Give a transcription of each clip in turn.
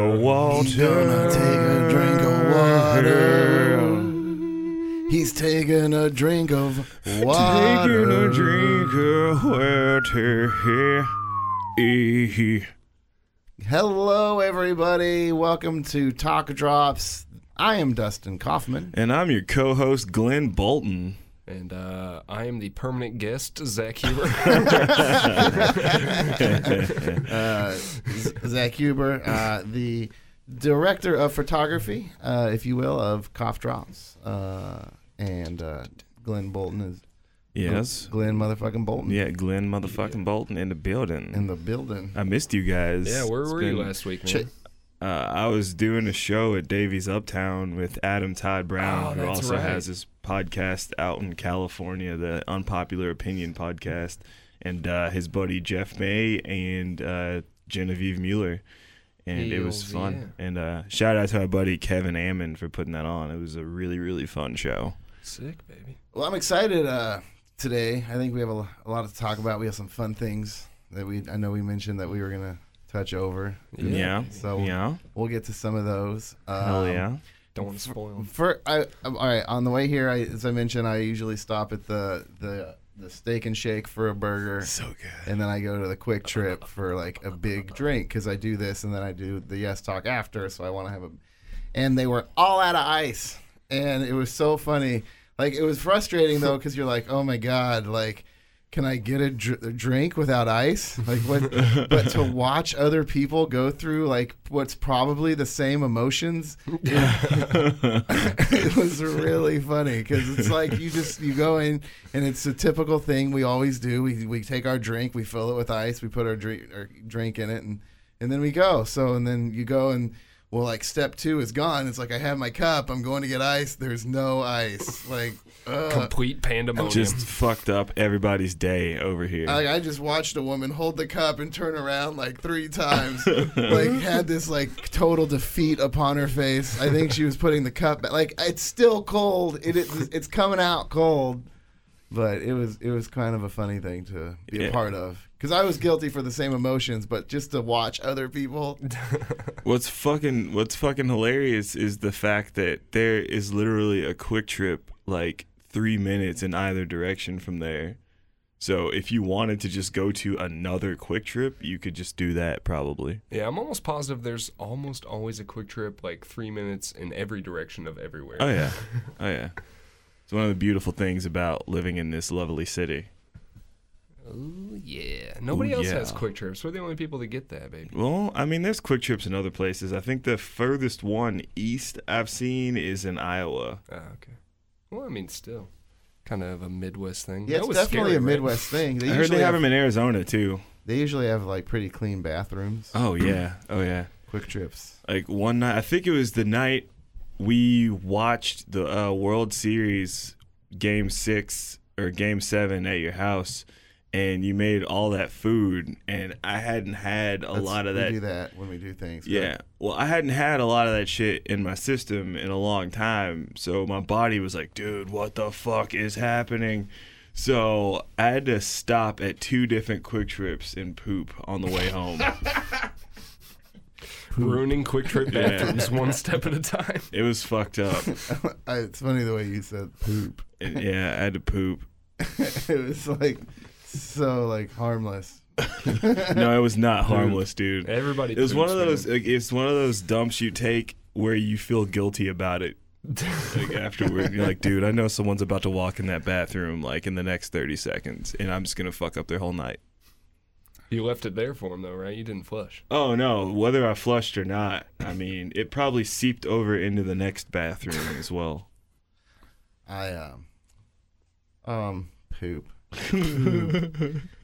He gonna take a drink of water. He's taking a drink of water. Taking a drink of water. Eh. Hello, everybody. Welcome to Talk Drops. I am Dustin Kaufman. And I'm your co-host Glenn Bolton. And uh, I am the permanent guest, Zach Huber. Uh, Z- Zach Huber, uh, the director of photography, uh, if you will, of Cough Drops. Uh, and uh, Glenn Bolton is Yes. Glenn motherfucking Bolton Yeah, Glenn motherfucking Bolton in the building. in the building. I missed you guys. yeah, where It's were been- you last week, man? Ch- Uh, I was doing a show at Davies Uptown with Adam Todd Brown, Oh, who that's also right. has his podcast out in California, the Unpopular Opinion podcast, and uh, his buddy Jeff May and uh, Genevieve Mueller. And it was Heels, fun. And uh, shout out to my buddy Kevin Ammon for putting that on. It was a really, really fun show. Sick, baby. Well, I'm excited uh, today. I think we have a, lo- a lot to talk about. We have some fun things that we I know we mentioned that we were gonna touch over. Yeah. So yeah. we'll get to some of those. Um, Hell yeah. Don't want to spoil 'em. For I, um, all right, on the way here, I, as I mentioned, I usually stop at the the the steak and shake for a burger, So good. and then I go to the quick trip for like a big drink because I do this, and then I do the yes talk after, so I want to have a. And they were all out of ice, and it was so funny. Like it was frustrating though, because you're like, oh my god, like. Can I get a, dr- a drink without ice? Like what? but to watch other people go through like what's probably the same emotions it was really funny because it's like you just you go in and it's a typical thing we always do. We we take our drink, we fill it with ice, we put our drink our drink in it, and and then we go. So and then you go and well, like step two is gone. It's like I have my cup. I'm going to get ice. There's no ice. Like. Uh, Complete pandemonium. Just fucked up everybody's day over here. like I just watched a woman hold the cup and turn around like three times. like had this like total defeat upon her face. I think she was putting the cup back. Like it's still cold. It is it's coming out cold. But it was it was kind of a funny thing to be a Yeah. part of because I was guilty for the same emotions, but just to watch other people. What's fucking what's fucking hilarious is the fact that there is literally a quick trip like 3 minutes in either direction from there. So if you wanted to just go to another quick trip, you could just do that probably. yeah, I'm almost positive there's almost always a quick trip, like three minutes in every direction of everywhere. Oh yeah. Oh yeah. It's one of the beautiful things about living in this lovely city. Ooh, yeah. Nobody else yeah. has quick trips. We're the only people that get that, baby. Well, I mean, there's quick trips in other places. I think the furthest one east I've seen is in Iowa. Ah, okay. Well, I mean, still. Kind of a Midwest thing. Yeah, That it's was definitely scary, a right? Midwest thing. They I heard usually they have have, them in Arizona too. they usually have like pretty clean bathrooms. Oh yeah. Oh yeah. Quick trips. like one night i think it was the night we watched the uh, world series game six or game seven at your house and you made all that food and i hadn't had a That's- lot of we that do that when we do things. but- yeah well i hadn't had a lot of that shit in my system in a long time so my body was like dude what the fuck is happening so i had to stop at two different quick trips and poop on the way home Ruining quick trip bathrooms one step at a time. it was fucked up I, it's funny the way you said poop. And, yeah i had to poop it was like so like harmless. no, it was not harmless, dude. Everybody. It was one of poops, those. man. Like, it's one of those dumps you take where you feel guilty about it. like afterward, you're like, dude, I know someone's about to walk in that bathroom like in the next thirty seconds, and I'm just gonna fuck up their whole night. You left it there for him though, right? You didn't flush. Oh no, whether I flushed or not, I mean, it probably seeped over into the next bathroom as well. I um um poop.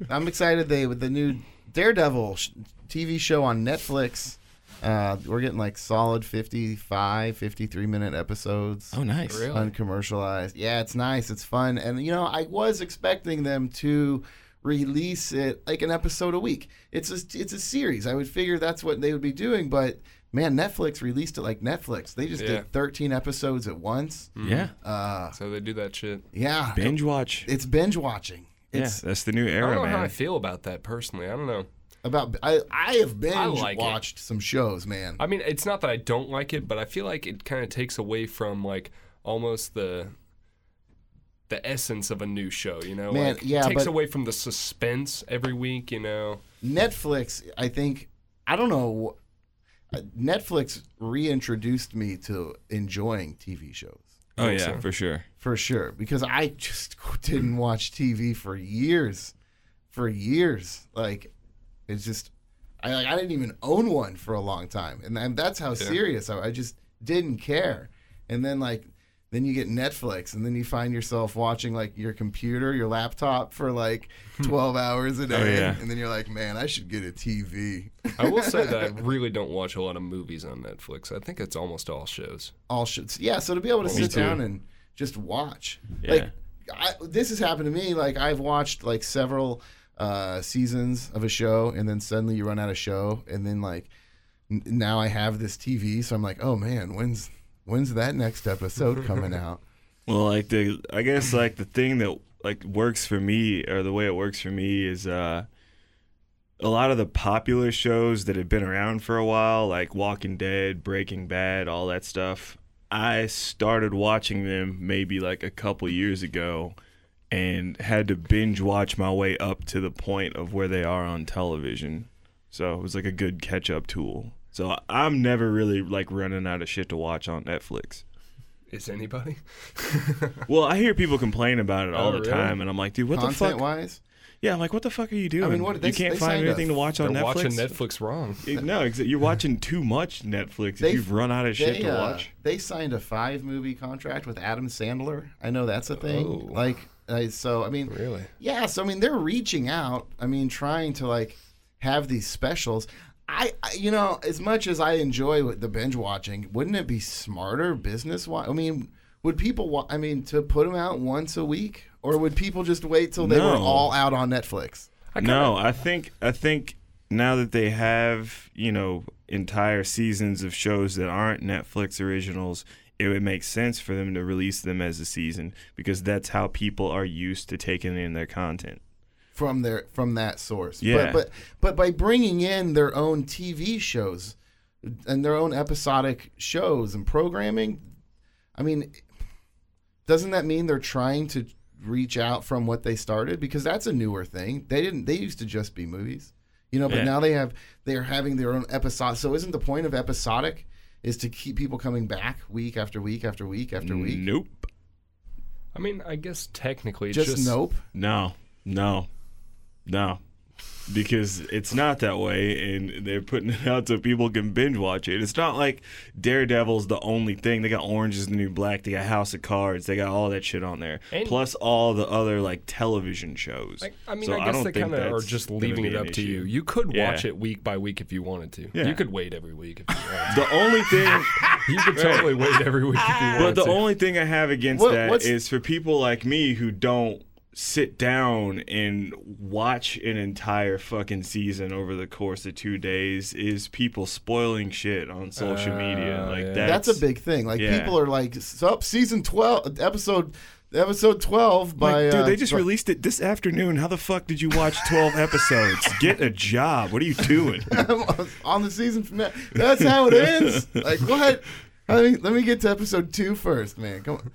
I'm excited they with the new Daredevil sh- TV show on Netflix. Uh, we're getting like solid 55, 53 minute episodes. Oh, nice. Really? uncommercialized. Yeah, it's nice. It's fun. And you know, I was expecting them to release it like an episode a week. It's a it's a series. I would figure that's what they would be doing, but man, Netflix released it like Netflix. They just Yeah. Mm. did 13 episodes at once. Yeah. Uh So they do that shit. yeah. Binge watch. It's binge watching. Yeah, It's that's the new I don't era, know how I man. feel about that personally. I don't know. about I I have binge like it. watched some shows, man. I mean, it's not that I don't like it, but I feel like it kind of takes away from like almost the the essence of a new show, you know? Man, like, yeah, takes but- away from the suspense every week, you know? Netflix, I think I don't know. wh- uh, Netflix reintroduced me to enjoying TV shows Oh think yeah, so. for sure. for sure because I just didn't watch TV for years, for years. Like it's just I like I didn't even own one for a long time, and, and that's how serious I, I just didn't care. And then like then you get Netflix, and then you find yourself watching like your computer, your laptop for like twelve hours a day, yeah. and then you're like, man, I should get a TV. I will say that I really don't watch a lot of movies on Netflix. I think it's almost all shows. all should yeah so to be able to sit too. down and just watch Yeah. like I, this has happened to me like i've watched like several uh seasons of a show and then suddenly you run out of show and then like n- now i have this tv so i'm like oh man when's when's that next episode coming out Well, like the I guess like the thing that like works for me or the way it works for me is uh a lot of the popular shows that have been around for a while, like Walking Dead, Breaking Bad, all that stuff. I started watching them maybe like a couple years ago and had to binge watch my way up to the point of where they are on television. So it was like a good catch up tool. So I- I'm never really like running out of shit to watch on Netflix. Is anybody? Well, I hear people complain about it all Oh, the really? time, and I'm like, dude, what the content fuck? wise Yeah, I'm like, what the fuck are you doing? what- they- you can't they find signed a- anything to watch They're on Netflix. watching Netflix wrong. It- no, exa- you're watching too much Netflix. They- if you've run out of shit they, to uh, watch. they signed a five movie contract with adam sandler i know that's a thing Oh. like I, so i mean Really? Yeah, so I mean, they're reaching out. I mean, trying to like have these specials. I, I you know, as much as I enjoy with the binge watching, wouldn't it be smarter business wise? I mean, would people? Wa- I mean, to put them out once a week, or would people just wait till they were No. all out on Netflix? no, I think I think now that they have you know entire seasons of shows that aren't Netflix originals, it would make sense for them to release them as a season because that's how people are used to taking in their content. from their from that source. Yeah. But but but by bringing in their own TV shows and their own episodic shows and programming, I mean, doesn't that mean they're trying to reach out from what they started because that's a newer thing. They didn't they used to just be movies. You know, but Yeah. now they have they are having their own episode. So isn't the point of episodic is to keep people coming back week after week after week after week? Nope. I mean, I guess technically, Just, just nope. No, no, no. Because it's not that way, and they're putting it out so people can binge watch it. It's not like Daredevil's the only thing. They got Orange is the New Black, they got House of Cards, they got all that shit on there, And- plus all the other like television shows. I, I mean, So I don't guess they think kind of are that's just gonna leaving be it an up issue. to you. You could Yeah. watch it week by week if you wanted to. Yeah. You could wait every week if you wanted. The only thing, to. you could totally wait every week if you wanted but the to. only thing I have against What- that what's- is for people like me who don't sit down and watch an entire fucking season over the course of two days is people spoiling shit on social media. Oh, Like yeah. that's, That's a big thing. Like yeah. people are like, up season twelve, episode, episode twelve Like, by. dude, uh, they just by- released it this afternoon. How the fuck did you watch 12 episodes? Get a job. What are you doing? on the season from that. That's how it ends. like what? Let me, let me get to episode two first, man. Come on.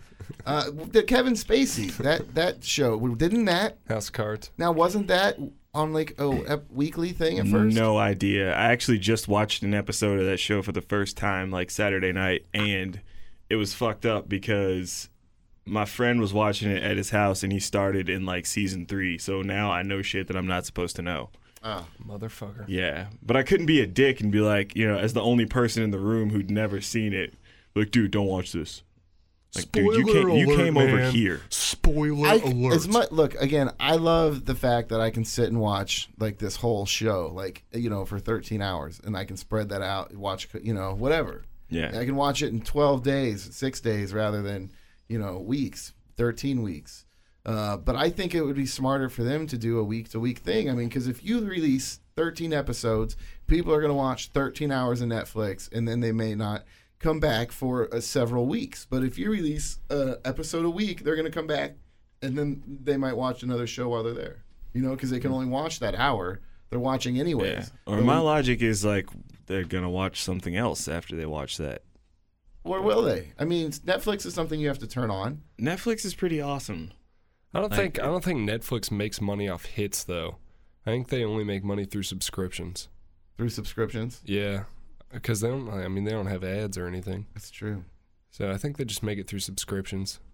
Uh, the Kevin Spacey that that show didn't that House of Cards. now wasn't that on like a ep- weekly thing at first? No idea. I actually just watched an episode of that show for the first time like Saturday night and it was fucked up because my friend was watching it at his house and he started in like season 3. So now I know shit that I'm not supposed to know. Oh. Motherfucker. Yeah. But I couldn't be a dick and be like, you know, as the only person in the room who'd never seen it, like, dude, don't watch this. Like, dude, you Spoiler can't you alert, came over man. here. Spoiler I, as much look again, I love the fact that I can sit and watch like this whole show, like you know, for 13 hours, and I can spread that out, watch, you know, whatever. Yeah. I can watch it in 12 days, six days, rather than, you know, weeks, 13 weeks. Uh, but I think it would be smarter for them to do a week to week thing. I mean, because if you release 13 episodes, people are going to watch 13 hours of Netflix and then they may not come back for uh, several weeks. But if you release an episode a week, they're going to come back and then they might watch another show while they're there, you know, because they can only watch that hour they're watching anyways. Yeah. Or But my we- logic is like they're gonna watch something else after they watch that. or will they? I mean, Netflix is something you have to turn on. Netflix is pretty awesome. I don't Like- think I don't think Netflix makes money off hits though. I think they only make money through subscriptions. Through subscriptions, Yeah, because they don't. I mean, they don't have ads or anything. that's true. So I think they just make it through subscriptions.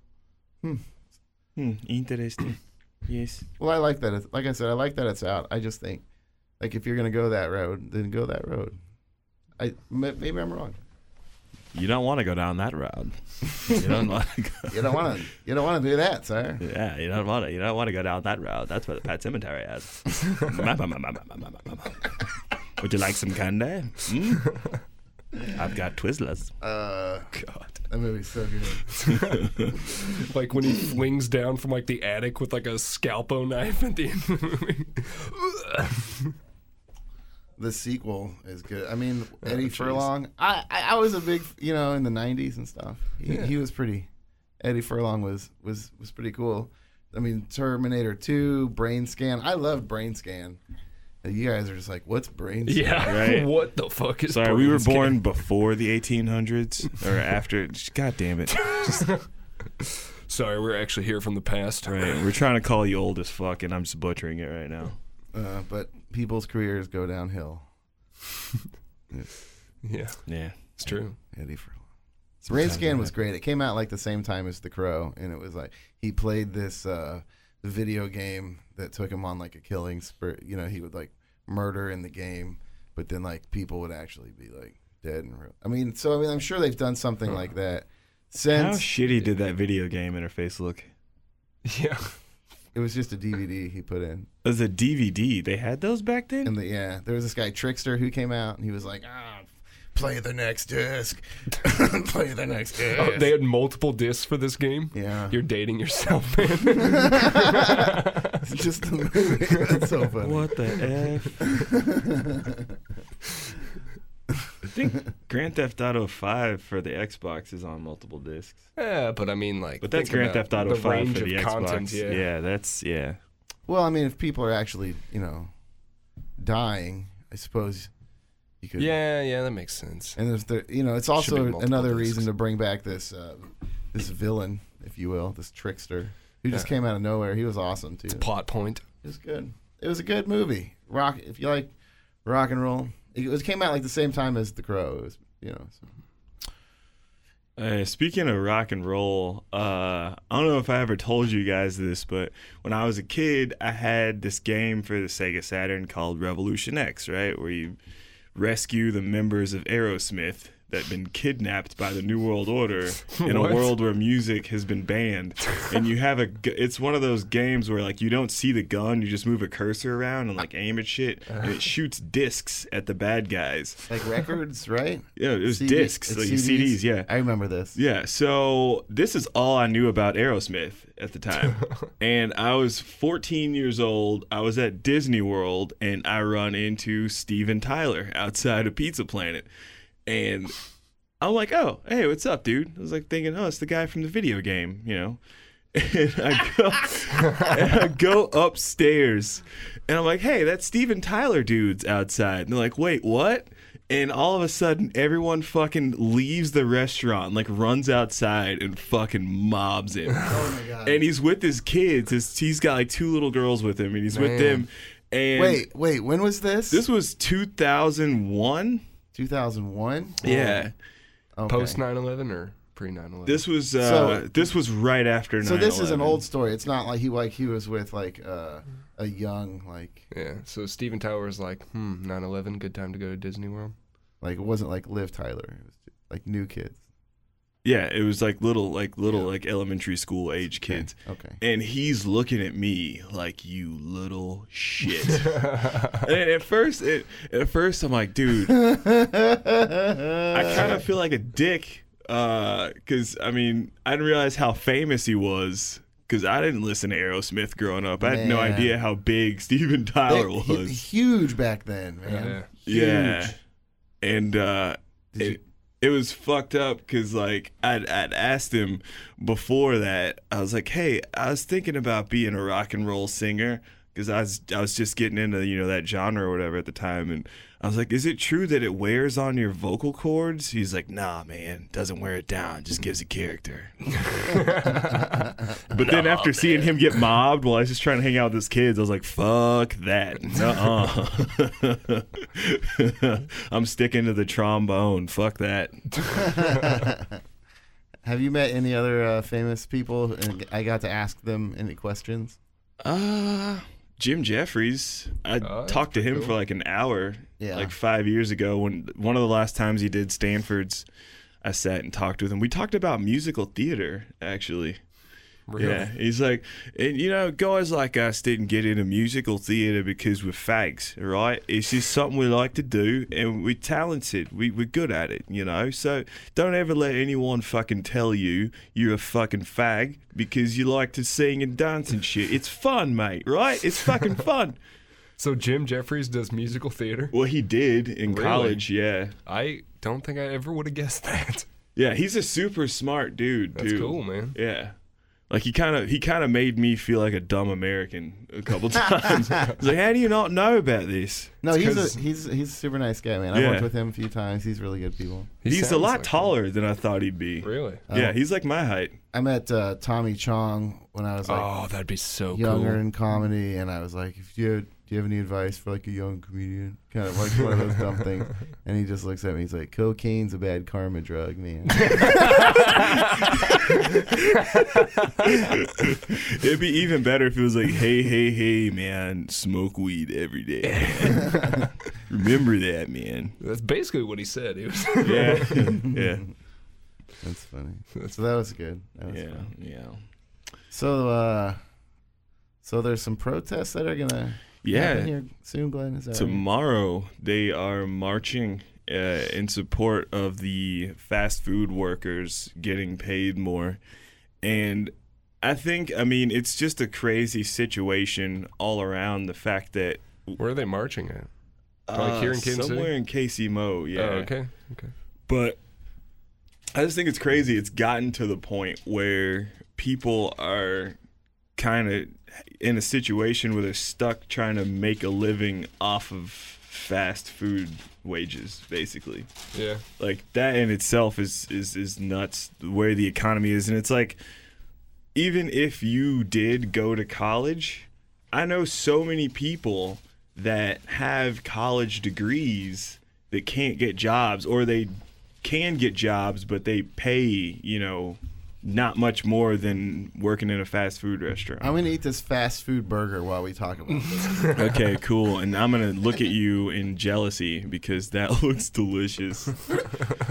Hmm, interesting. yes. Well, I like that. It's, like I said, I like that it's out. I just think, like, if you're gonna go that road, then go that road. I m- maybe I'm wrong. You don't want to go down that route. you don't want to. Go, You don't want to. you don't want to do that, sir. yeah, you don't want to. You don't want to go down that route. That's where the pet cemetery is. Would you like some candy? Hmm? I've got Twizzlers. Uh, God, that movie's so good. like when he flings down from like the attic with like a scalpel knife at the end of the movie. The sequel is good. I mean, Eddie Oh, jeez. Furlong. I, I I was a big, you know, in the '90s and stuff. He, he was pretty. Eddie Furlong was was was pretty cool. I mean, Terminator 2, Brain Scan. I love Brain Scan. You guys are just like, what's Brain Scan? yeah, Right. what the fuck is? Sorry, we were brain scan? born before the 1800s or after. God damn it! Sorry, we're actually here from the past. Right, we're trying to call you old as fuck, and I'm just butchering it right now. Uh, but people's careers go downhill. Yeah, Yeah. it's true. Eddie Furlong. Brain Sometimes Scan it was great. It came out like the same time as The Crow, and it was like he played this uh, video game that took him on like a killing spur. You know, he would like murder in the game, but then like people would actually be like dead and real. I mean, so I mean, I'm sure they've done something like that How since shitty did that video game interface look? Yeah, it was just a DVD he put in. It was a DVD. They had those back then. And the, yeah, there was this guy Trickster who came out, and he was like, ah, play the next disc, play the next disc. Oh, they had multiple discs for this game. yeah, You're dating yourself, man. It's just the movie. That's so funny. What the f? I think Grand Theft Auto 5 for the Xbox is on multiple discs. yeah, but I mean, like, But that's think Grand about Theft Auto the 5 range for of the Xbox. content, yeah. yeah. that's yeah. Well, I mean, if people are actually, you know, dying, I suppose you could. Yeah, yeah, that makes sense. And if there, you know, it's be also multiple another discs. reason to bring back this uh, this villain, if you will, this trickster who just came out of nowhere. He was awesome too. Plot point. It was good. It was a good movie. Rock. If you like rock and roll, it was came out like the same time as The Crow. It was, you know. So. Uh, speaking of rock and roll, uh, I don't know if I ever told you guys this, but when I was a kid, I had this game for the Sega Saturn called Revolution X, right? Where you rescue the members of Aerosmith that have been kidnapped by the New World Order in a What? world where music has been banned. And you have a, gu- it's one of those games where like you don't see the gun, you just move a cursor around and like aim at shit, and it shoots discs at the bad guys. Like records, right? Yeah, it was CD discs, it's like CDs, yeah. I remember this. Yeah, so this is all I knew about Aerosmith at the time. and I was 14 years old. I was at Disney World and I run into Steven Tyler outside of Pizza Planet. And I'm like, oh, hey, what's up, dude? I was like thinking, oh, it's the guy from the video game, you know? And I go, and I go upstairs and I'm like, hey, that Steven Tyler dude's outside. And they're like, wait, what? And all of a sudden, everyone fucking leaves the restaurant, like runs outside and fucking mobs him. Oh my god. And he's with his kids. His, he's got like two little girls with him and he's with Man. them. And Wait, wait. When was this? this was 2001. 2001. Yeah. Okay. Post 9 11 or pre 9 11? This was uh, So- this was right after. So this is an 9/11. old story. It's not like he like he was with like uh, a young like Yeah, so Steven Tyler is like, hmm, 9 11, good time to go to Disney World. like it wasn't like Liv Tyler. It was like new kids. Yeah, it was like little, like little, like elementary school age kids. Okay. And he's looking at me like you little shit. and at first, it, at first, I'm like, dude, I kind of feel like a dick because I mean I didn't realize how famous he was because I didn't listen to Aerosmith growing up. I had no Man. idea how big Steven Tyler They- hu- was. huge back then, man. Yeah. Yeah, and uh, Did you- it, it was fucked up because like I'd, I'd asked him before that. I was like, hey, I was thinking about being a rock and roll singer. because I was I was just getting into you know that genre or whatever at the time, and I was like, "Is it true that it wears on your vocal cords?" He's like, "Nah, man, doesn't wear it down. Just gives it character." but then after seeing him get mobbed while I was just trying to hang out with his kids, I was like, "Fuck that! Nuh-uh. I'm sticking to the trombone. Fuck that." Have you met any other uh, famous people? And I got to ask them any questions. Uh Jim Jeffries. I Oh, that's talked to pretty him for cool. like an hour, Yeah. like five years ago. When one of the last times he did Stanford's, I sat and talked with him. We talked about musical theater, actually. Really? Yeah, he's like, and you know, guys like us didn't get into musical theater because we're fags, right? It's just something we like to do, and we're talented. We we're good at it, you know. So don't ever let anyone fucking tell you you're a fucking fag because you like to sing and dance and shit. It's fun, mate, right? It's fucking fun. So Jim Jeffries does musical theater. well, he did in Really? college, yeah, I don't think I ever would have guessed that. yeah. He's a super smart dude, That's dude. cool, man. Yeah. Like he kind of he kind of made me feel like a dumb American a couple times. I was like, how do you not know about this? No, It's he's 'cause- a, he's he's a super nice guy, man. I Yeah. worked with him a few times. He's really good people. He he's a sounds lot like taller than I thought he'd be. him. Really? Oh. Yeah, he's like my height. I met uh, Tommy Chong when I was like oh, that'd be so younger cool. in comedy, and I was like, if you do you have any advice for like a young comedian? Kind of like one of those dumb things. And he just looks at me. He's like, cocaine's a bad karma drug, man. It'd be even better if it was like, hey, hey, hey, man, smoke weed every day. Remember that, man. That's basically what he said. He was Yeah, yeah, That's funny. So that was good. That was yeah, fun. yeah. So uh, so there's some protests that are gonna happen Yeah. here soon, Glenn. Is that right? Tomorrow they are marching uh, in support of the fast food workers getting paid more, and I think I mean it's just a crazy situation all around. The fact that uh, Where are they marching at? Oh, Like here in Kansas City? somewhere in Casey Mo, yeah. Oh, okay. Okay. But I just think it's crazy. It's gotten to the point where people are kind of in a situation where they're stuck trying to make a living off of fast food wages, basically. Yeah. Like that in itself is is is nuts. Where the economy is, and it's like even if you did go to college, I know so many people that have college degrees that can't get jobs or they can get jobs but they pay, you know, not much more than working in a fast food restaurant. I'm gonna eat this fast food burger while we talk about this. okay, cool. And I'm going to look at you in jealousy because that looks delicious.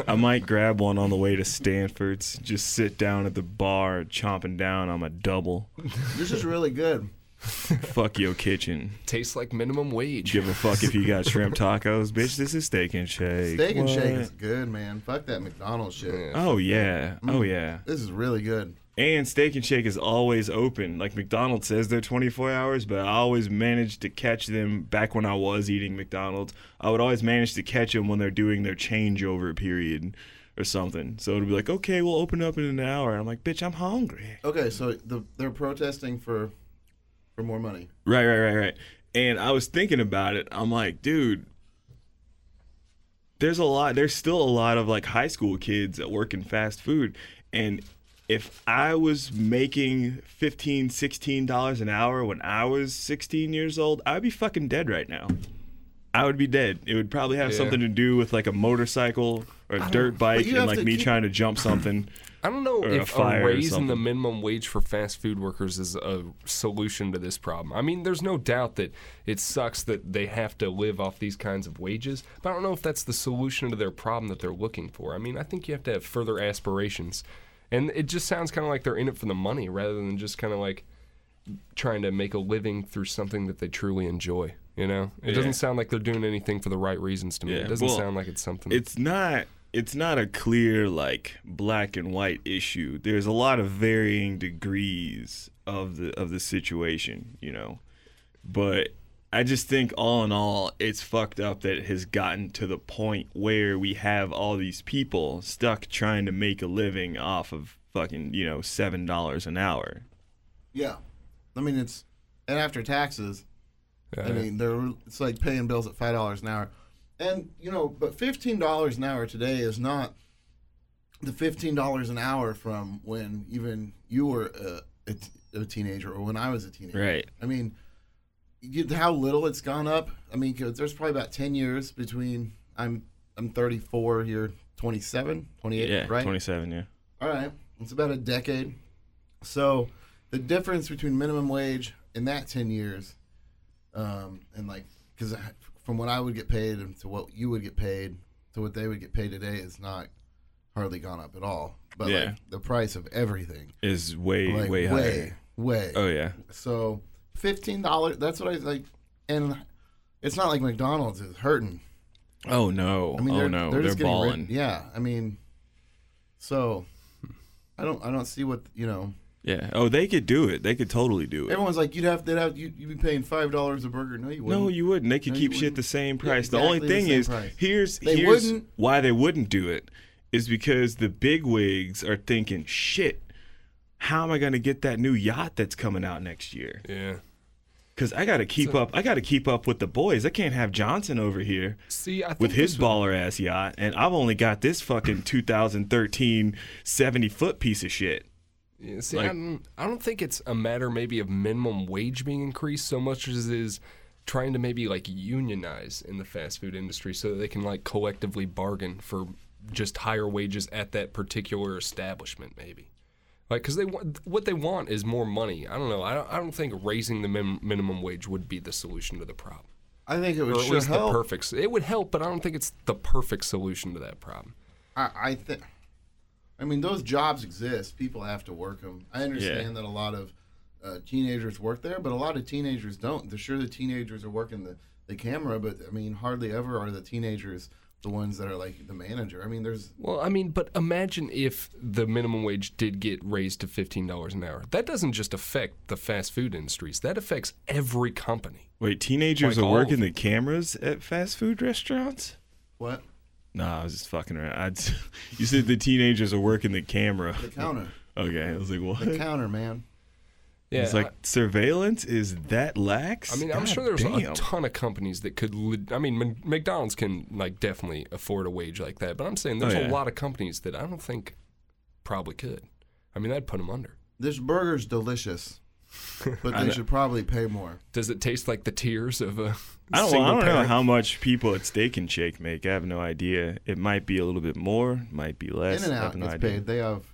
I might grab one on the way to Stanford's, just sit down at the bar chomping down on my double. this is really good. Fuck your kitchen. Tastes like minimum wage. Give a fuck if you got shrimp tacos, bitch. This is steak and shake. Steak and shake What? is good, man. Fuck that McDonald's shit. Yeah. Oh yeah, oh yeah. This is really good. And Steak and Shake is always open. Like McDonald's says they're 24 hours, but I always managed to catch them back when I was eating McDonald's. I would always manage to catch them when they're doing their changeover period or something. So it'd be like, okay, we'll open up in an hour. And I'm like, bitch, I'm hungry. Okay, so the, they're protesting for for more money. Right, right, right, right. And I was thinking about it. I'm like, dude, there's a lot there's still a lot of like high school kids that work in fast food and if i was making 15 16 dollars an hour when i was 16 years old i'd be fucking dead right now i would be dead it would probably have Yeah. something to do with like a motorcycle or a dirt bike you and have like to me keep- trying to jump something I don't know Or a if a, fire or raise in the something. minimum wage for fast food workers is a solution to this problem. I mean, there's no doubt that it sucks that they have to live off these kinds of wages, but I don't know if that's the solution to their problem that they're looking for. I mean, I think you have to have further aspirations. And it just sounds kind of like they're in it for the money rather than just kind of like trying to make a living through something that they truly enjoy. You know, it Yeah. doesn't sound like they're doing anything for the right reasons to me. Yeah, It doesn't well, sound like it's something. it's not it's not a clear like black and white issue. There's a lot of varying degrees of the of the situation, you know. But I just think all in all, it's fucked up that it has gotten to the point where we have all these people stuck trying to make a living off of fucking, you know, seven dollars an hour. Yeah, I mean it's and after taxes, uh, I mean, they're it's like paying bills at five dollars an hour, and you know, but fifteen dollars an hour today is not the fifteen dollars an hour from when even you were a, a t- a teenager or when I was a teenager. Right. I mean, you get how little it's gone up. I mean, 'cause there's probably about ten years between I'm I'm 34, you're 27, 28, Yeah, right? 27, yeah. All right. It's about a decade. So the difference between minimum wage in that 10 years, um, and like, because from what I would get paid and to what you would get paid to what they would get paid today is not hardly gone up at all. But Yeah. like the price of everything, Is way, like way way, higher. way, Oh, yeah. So fifteen dollars. That's what I like. And it's not like McDonald's is hurting. Oh, no. I mean, oh, they're, no. they're, just getting rid- balling. Yeah, I mean, so I don't, I don't see what you know. Yeah. Oh, they could do it. They could totally do it. Everyone's like, you'd have to have you you'd be paying five dollars a burger. No, you wouldn't. No, you wouldn't. They could No, keep you shit wouldn't. the same Yeah, price. the exactly only the thing same is, price. here's They here's wouldn't. why they wouldn't do it is because the big wigs are thinking, shit, how am I going to get that new yacht that's coming out next year? Yeah. Because I got to keep up. I got to keep up with the boys. I can't have Johnson over here See, I think with his this- baller ass yacht, and I've only got this fucking 2013 70 foot piece of shit. Yeah, See, I, Like- don't, I don't think it's a matter maybe of minimum wage being increased so much as it is trying to maybe like unionize in the fast food industry so that they can like collectively bargain for just higher wages at that particular establishment, maybe. Like, because they want what they want is more money. I don't know. I don't, I don't think raising the min- minimum wage would be the solution to the problem, I think it or would at sure least help. the perfect. s- It would help, but I don't think it's the perfect solution to that problem. I, I think. I mean, those jobs exist. People have to work them. I understand that a lot of uh, teenagers work there, but a lot of teenagers don't. They're sure the teenagers are working the, the camera, but I mean, hardly ever are the teenagers the ones that are like the manager. I mean, there's Well, I mean, but imagine if the minimum wage did get raised to fifteen dollars an hour. That doesn't just affect the fast food industries. That affects every company. Wait, teenagers Like are all of working the cameras at fast food restaurants? what Nah, I was just fucking around. I'd, you said the teenagers are working the camera. the counter, Okay, I was like, what? the counter, man. Yeah, It's like surveillance is that lax? I, I mean, I'm God sure there's damn. a ton of companies that could. li- I mean, Mc- McDonald's can like definitely afford a wage like that, but I'm saying there's Oh, yeah. a lot of companies that I don't think probably could. I mean, that'd put them under. This burger's delicious, but they should probably pay more. Does it taste like the tears of a I don't, well, single I don't know parent? how much people at Steak and Shake make. I have no idea. It might be a little bit more, might be less. In and I have Out no gets idea. paid. They have,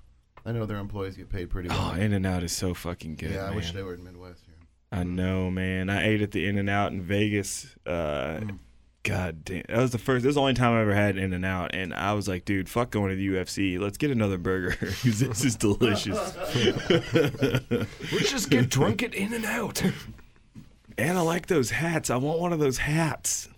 I know their employees get paid pretty well. Oh, In and Out is so fucking good. yeah, I wish man. they were in Midwest here. I know, man. I ate at the In and Out in Vegas. Uh, Mm. God damn, that was the first. That was the only time I ever had In and Out, and I was like, dude, fuck going to the UFC. Let's get another burger 'cause this is delicious. Let's just get drunk at In and Out. and I like those hats. I want one of those hats.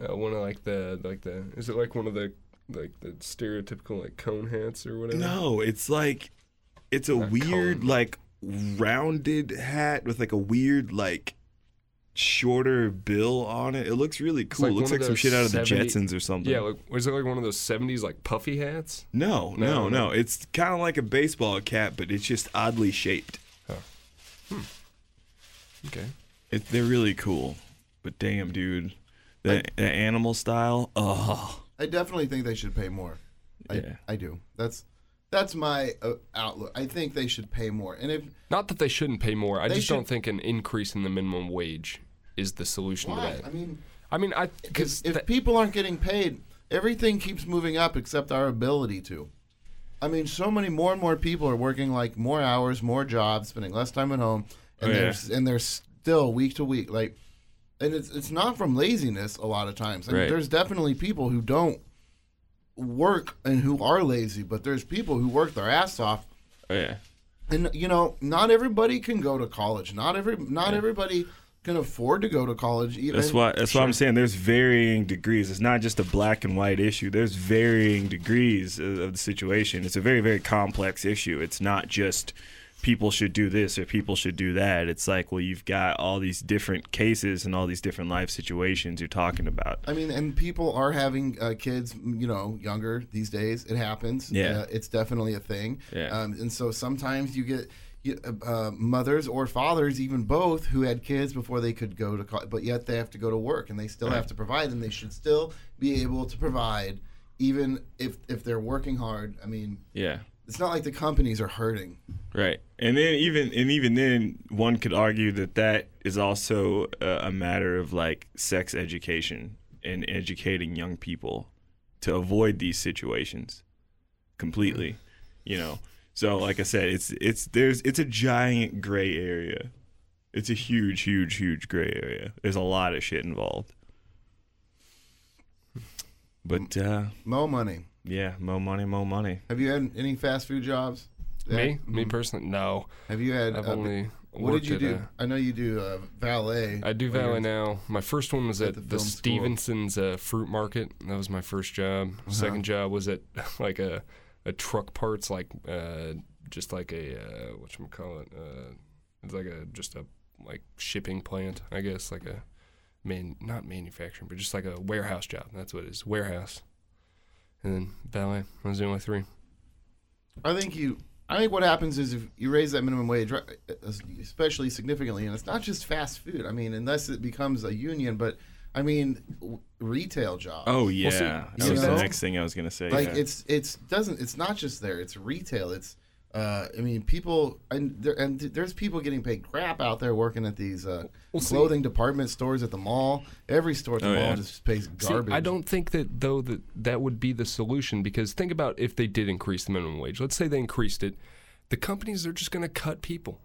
Uh, one of like the like the is it like one of the like the stereotypical like cone hats or whatever? No, it's like it's a weird cone. like rounded hat with like a weird like shorter bill on it. It looks really cool. like it looks like one of some those shit out of 70 the Jetsons or something. Yeah, like was it like one of those '70s like puffy hats? no, no, no, No, no. It's kind of like a baseball cap, but it's just oddly shaped. Okay. It, they're really cool. But damn, dude, that, that animal style. Oh, I definitely think they should pay more. I, Yeah. I do. That's that's my uh, outlook. I think they should pay more. And if Not that they shouldn't pay more. I They just should- don't think an increase in the minimum wage is the solution why? to that. I mean, I mean, I because because if people aren't getting paid, everything keeps moving up except our ability to. I mean, so many more and more people are working like more hours, more jobs, spending less time at home, and Oh, yeah. they're and they're still week to week like, and it's it's not from laziness a lot of times. I mean, Right. There's definitely people who don't work and who are lazy, but there's people who work their ass off Oh, yeah. and you know not everybody can go to college not every not everybody can afford to go to college even That's why. That's why I'm saying there's varying degrees. It's not just a black and white issue. There's varying degrees of, of the situation. It's a very very complex issue. It's not just people should do this or people should do that. It's like well, you've got all these different cases and all these different life situations you're talking about. i mean and people are having uh, kids you know younger these days it happens Yeah. uh, it's definitely a thing Yeah. um, and so sometimes you get y- uh, mothers or fathers, even both, who had kids before they could go to college, but yet they have to go to work and they still have to provide, and they should still be able to provide, even if if they're working hard. I mean, Yeah. it's not like the companies are hurting. Right, and then even and even then, one could argue that that is also a, a matter of like sex education and educating young people to avoid these situations completely. You know, so like I said, it's it's there's it's a giant gray area. It's a huge, huge, huge gray area. There's a lot of shit involved. But uh, Mo money. yeah, mo money, mo money. Have you had any fast food jobs? Me, me personally, no. Have you had? I've Mm-hmm. uh, only. what worked did you at do? a- I know you do uh, valet. I do valet now. My first one was at, the the, film school. Stevenson's uh, fruit market. That was my first job. Second job was at like a, a truck parts like uh, just like a uh, what you call it? Uh, it's like a just a like shipping plant, I guess, like a man not manufacturing, but just like a warehouse job. That's what it is, warehouse. And then valet. I was the only three. I think you. I think what happens is if you raise that minimum wage, right, especially significantly, and it's not just fast food. I mean, unless it becomes a union, but I mean, w- retail jobs. Oh yeah, see, that you was know, the next thing I was gonna say. like yeah. it's it's doesn't it's not just there. It's retail. It's uh, I mean, people and there and th- there's people getting paid crap out there working at these uh, Well, see- clothing department stores at the mall. Every store at the Oh, mall yeah. just pays garbage. See, I don't think that though that that would be the solution because think about if they did increase the minimum wage. Let's say they increased it, the companies are just going to cut people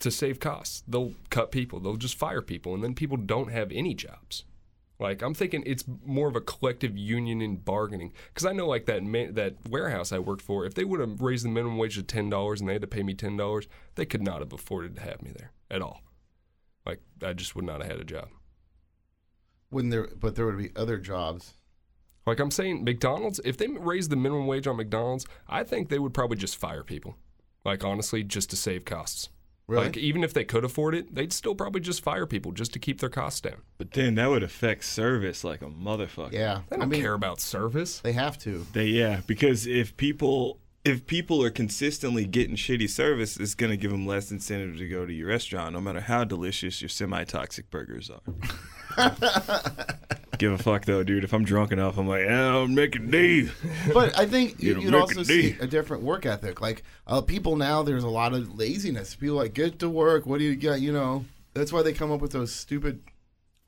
to save costs. They'll cut people. They'll just fire people, and then people don't have any jobs. Like I'm thinking, it's more of a collective union and bargaining. Because I know, like that ma- that warehouse I worked for, if they would have raised the minimum wage to ten dollars and they had to pay me ten dollars, they could not have afforded to have me there at all. Like I just would not have had a job. Wouldn't there? But there would be other jobs. Like I'm saying, McDonald's, if they raised the minimum wage on McDonald's, I think they would probably just fire people. Like honestly, just to save costs. Really? Like even if they could afford it, they'd still probably just fire people just to keep their costs down. But then that would affect service like a motherfucker. yeah. They don't I mean, care about service. they have to. They, yeah, because if people if people are consistently getting shitty service, it's gonna give them less incentive to go to your restaurant, no matter how delicious your semi-toxic burgers are. give a fuck though, dude. If I'm drunk enough, I'm like, yeah, I'll make a D. But I think you, Get a would also American see D. a different work ethic. Like uh, people now, there's a lot of laziness. People like get to work. What do you got? You know, that's why they come up with those stupid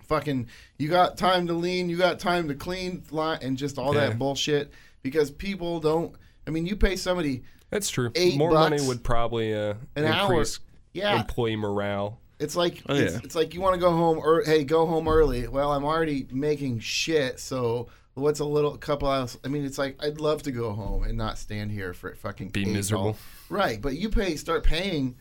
fucking. You got time to lean. You got time to clean. Line, and just all Yeah. that bullshit because people don't. I mean, you pay somebody That's true. Eight More bucks money would probably uh, an hour. increase Yeah, employee morale. it's like Oh, it's, yeah. it's like you want to go home. Or hey, go home early. Well, I'm already making shit. So. What's a little couple hours? I mean, it's like I'd love to go home and not stand here for fucking Be eight miserable. Right, but you pay start paying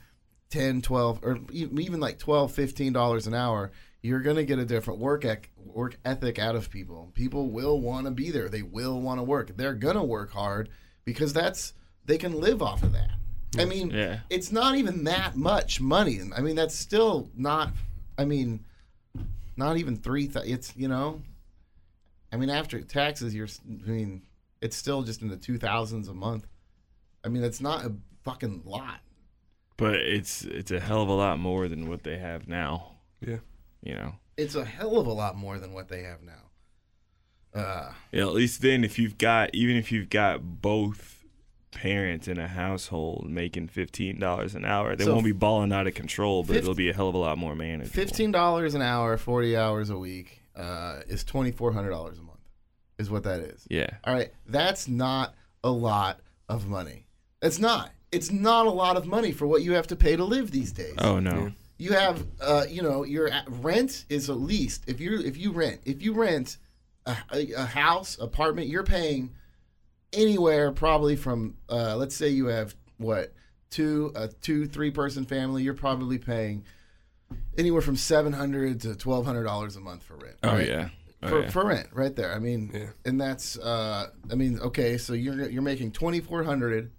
10, 12 or e- even like 12, 15 dollars an hour, you're going to get a different work ec- work ethic out of people. People will want to be there. They will want to work. They're going to work hard because that's they can live off of that. I mean, Yeah. it's not even that much money. I mean, that's still not I mean, not even 3 th- it's, you know, I mean, after taxes, you're. s- I mean, it's still just in the two thousands a month. I mean, it's not a fucking lot. But it's it's a hell of a lot more than what they have now. Yeah. You know. It's a hell of a lot more than what they have now. Uh, Yeah, at least then if you've got even if you've got both parents in a household making fifteen dollars an hour, they So won't be balling out of control, but fif- it'll be a hell of a lot more manageable. fifteen dollars an hour, forty hours a week, uh, is twenty four hundred dollars a month, is what that is. Yeah. All right, that's not a lot of money. It's not. It's not a lot of money for what you have to pay to live these days. Oh no. you have uh, you know your a- rent is at least if you if you rent if you rent a, a, a house apartment you're paying anywhere probably from uh, let's say you have what two a two three person family you're probably paying anywhere from 700 to 1200 dollars a month for rent Oh right? yeah. Oh, for, yeah. for rent right there. I mean, Yeah. and that's uh, I mean, okay, so you're you're making twenty four hundred,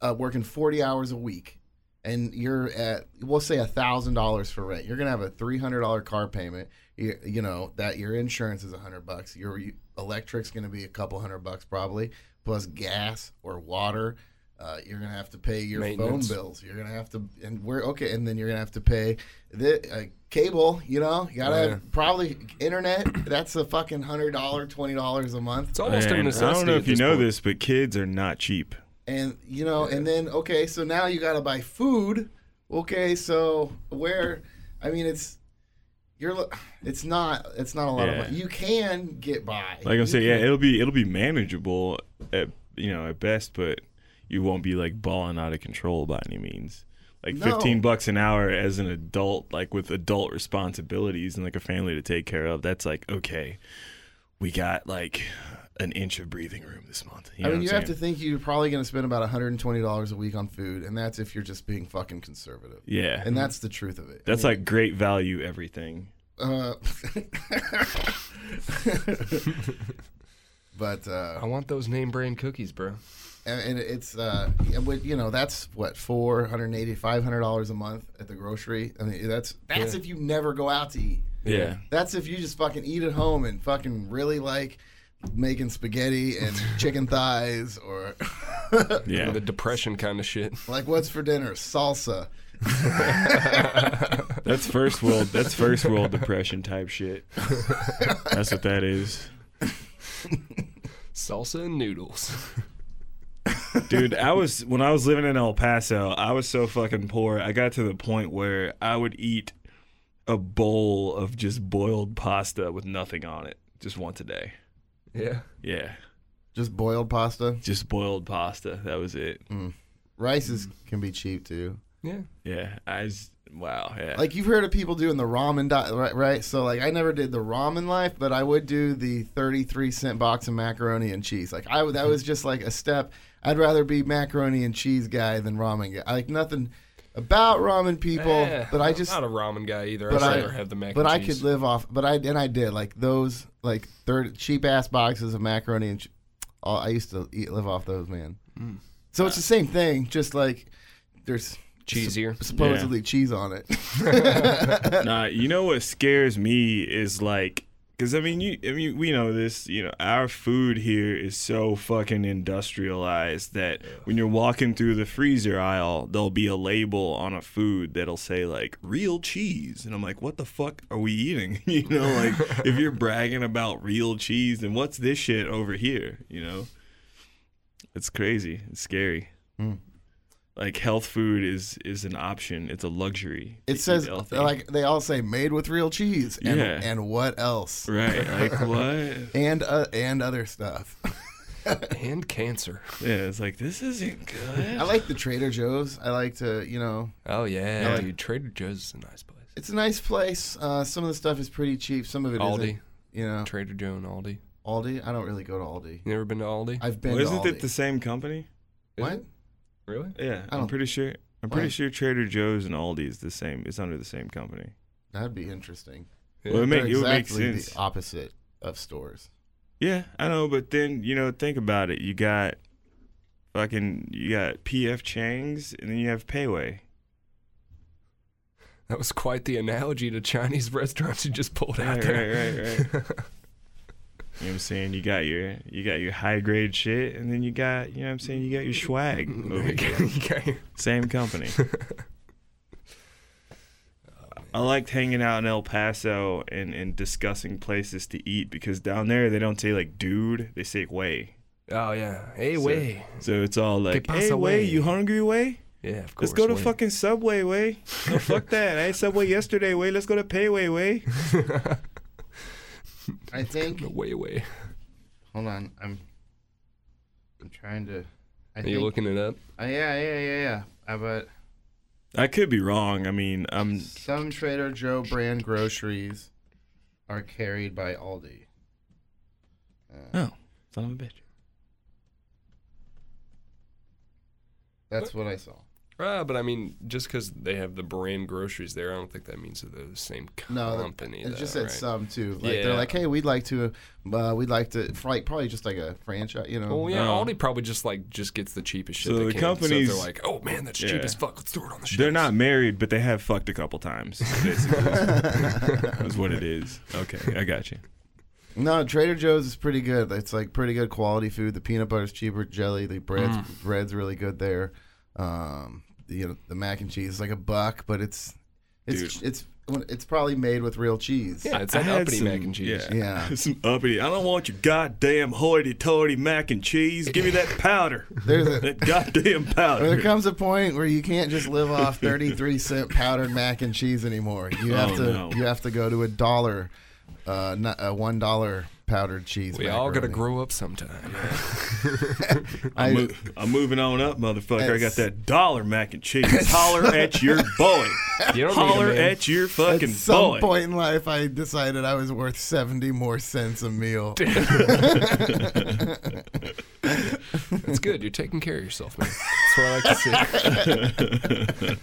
uh, working forty hours a week, and you're at we'll say thousand dollars for rent. You're gonna have a three hundred dollar car payment. You, you know that your insurance is a hundred bucks. Your electric's gonna be a couple hundred bucks probably, plus gas or water. Uh, you're gonna have to pay your phone Maintenance. bills. You're gonna have to, and we're okay. And then you're gonna have to pay the uh, cable. You know, you gotta Oh, Yeah. probably internet. That's a fucking hundred dollar, twenty dollars a month. It's almost a And necessity. I don't know at if you this know point. this, but kids are not cheap. And you know, and then okay, so now you gotta buy food. Okay, so where? I mean, it's you're. lo- It's not. It's not a lot Yeah. of money. You can get by. Like I'm You saying, can- yeah, it'll be it'll be manageable at you know at best, but you won't be like balling out of control by any means. Like No. 15 bucks an hour as an adult, like with adult responsibilities and like a family to take care of, that's like okay, we got like an inch of breathing room this month. You know I mean, what you I'm have to saying? think you're probably going to spend about $120 a week on food, and that's if you're just being fucking conservative. yeah, And that's the truth of it. that's like great value everything. Uh, but uh, I want those name brand cookies, bro. and and it's uh, and with- you know that's what four hundred eighty five hundred dollars a month at the grocery. I mean, that's that's if you never go out to eat. Yeah. That's if you just fucking eat at home and fucking really like making spaghetti and chicken thighs or Yeah, The depression kind of shit. like what's for dinner salsa. that's first world. That's first world depression type shit. that's what that is. Salsa and noodles. Dude, I was when I was living in El Paso, I was so fucking poor. I got to the point where I would eat a bowl of just boiled pasta with nothing on it just once a day. yeah. Yeah, Just boiled pasta. just boiled pasta. That was it. Rices can be cheap too. Yeah. Yeah, I was wow. Yeah, Like you've heard of people doing the ramen diet, right, right? So like I never did the ramen life, but I would do the 33 cent box of macaroni and cheese. Like I would- that was just like a step. I'd rather be macaroni and cheese guy than ramen guy. I like nothing about ramen people, Eh, but I I'm just not a ramen guy either. but I'd I- rather have the mac but and I cheese. could live off. But I and I did like those like third cheap ass boxes of macaroni and. Ch- oh, I used to eat live off those, man. Mm. So it's the same thing, just like there's Cheesier. supposedly cheese on it. nah, you know what scares me is like, because I mean, you, I mean, we know this. You know, our food here is so fucking industrialized that when you're walking through the freezer aisle, there'll be a label on a food that'll say like real cheese, and I'm like, what the fuck are we eating? you know, like if you're bragging about real cheese, then what's this shit over here? You know, it's crazy. It's scary. Hmm. Like health food is is an option. It's a luxury. to It eat says healthy. like they all say made with real cheese and Yeah. and what else Right. Like what? and uh, and other stuff. and cancer. Yeah, it's like this isn't I good. like the Trader Joe's. I like to you know Oh yeah, like- dude. Trader Joe's is a nice place. it's a nice place. Uh, some of the stuff is pretty cheap. Some of it Aldi. isn't. You know Trader Joe and Aldi. Aldi. I don't really go to Aldi. You never been to Aldi? I've been. Well, to isn't Aldi. it the same company? what? Really? Yeah, I I'm don't- pretty sure. I'm pretty Why? sure Trader Joe's and Aldi is the same. It's under the same company. That'd be interesting. Well, it, make, They're it would make exactly sense. the opposite of stores. Yeah, I know, but then you know, think about it. You got fucking you got PF Chang's, and then you have Payway. That was quite the analogy to Chinese restaurants you just pulled out Right, there. right, right, right. You know what I'm saying? You got your you got your high grade shit, and then you got you know what I'm saying. You got your swag. over here. Okay. Same company. Oh, I liked hanging out in El Paso and, and discussing places to eat because down there they don't say like dude, they say way. Oh yeah. Hey, So- way. So it's all like, pasa, hey, way, way?" you hungry, way? Yeah, of course. Let's go to way. fucking Subway, way. No, fuck that. I ate Subway yesterday, way. Let's go to Payway, way. I think. The way way. Hold on. I'm. I'm trying to. I oh, Are you looking it up? yeah, yeah, yeah, yeah. I but I could be wrong. I mean, I'm Some Trader Joe brand groceries are carried by Aldi. Uh, oh, son of a bitch. That's what I saw. Ah, but I mean, just because they have the brand groceries there, I don't think that means that they're the same No, company. it just though, said right? some too. Like they're Yeah. like, hey, we'd like to, uh, we'd like to, for like probably just like a franchise, you know. Well, yeah, No. Aldi probably just like just gets the cheapest shit. So they the can. companies- so they're like, oh man, that's Yeah. cheap as fuck. Let's throw it on the shelf. They're not married, but they have fucked a couple times. Basically, is what it is. Okay, I got you. No, Trader Joe's is pretty good. It's like pretty good quality food. The peanut butter's cheaper, jelly, the bread's, Mm. bread's really good there. Um, you know, the mac and cheese is like a buck, but it's it's it's it's, probably made with real cheese. Yeah, it's I that had uppity some- mac and cheese. Yeah. Yeah. Some uppity. I don't want your goddamn hoity-toity mac and cheese. Give me that powder. There's a that goddamn powder. There comes a point where you can't just live off 33 cent powdered mac and cheese anymore. You have Oh, to no. you have to go to a dollar uh not, a $1 powdered cheese. We all got to macaroni. grow up sometime. I- I'm, mo- I'm moving on up, motherfucker. I got It's- that dollar mac and cheese. Holler at your boy. You don't need a Holler man. at your at fucking some boy. point in life I decided I was worth 70 more cents a meal. It's good. You're taking care of yourself, man. That's what I like to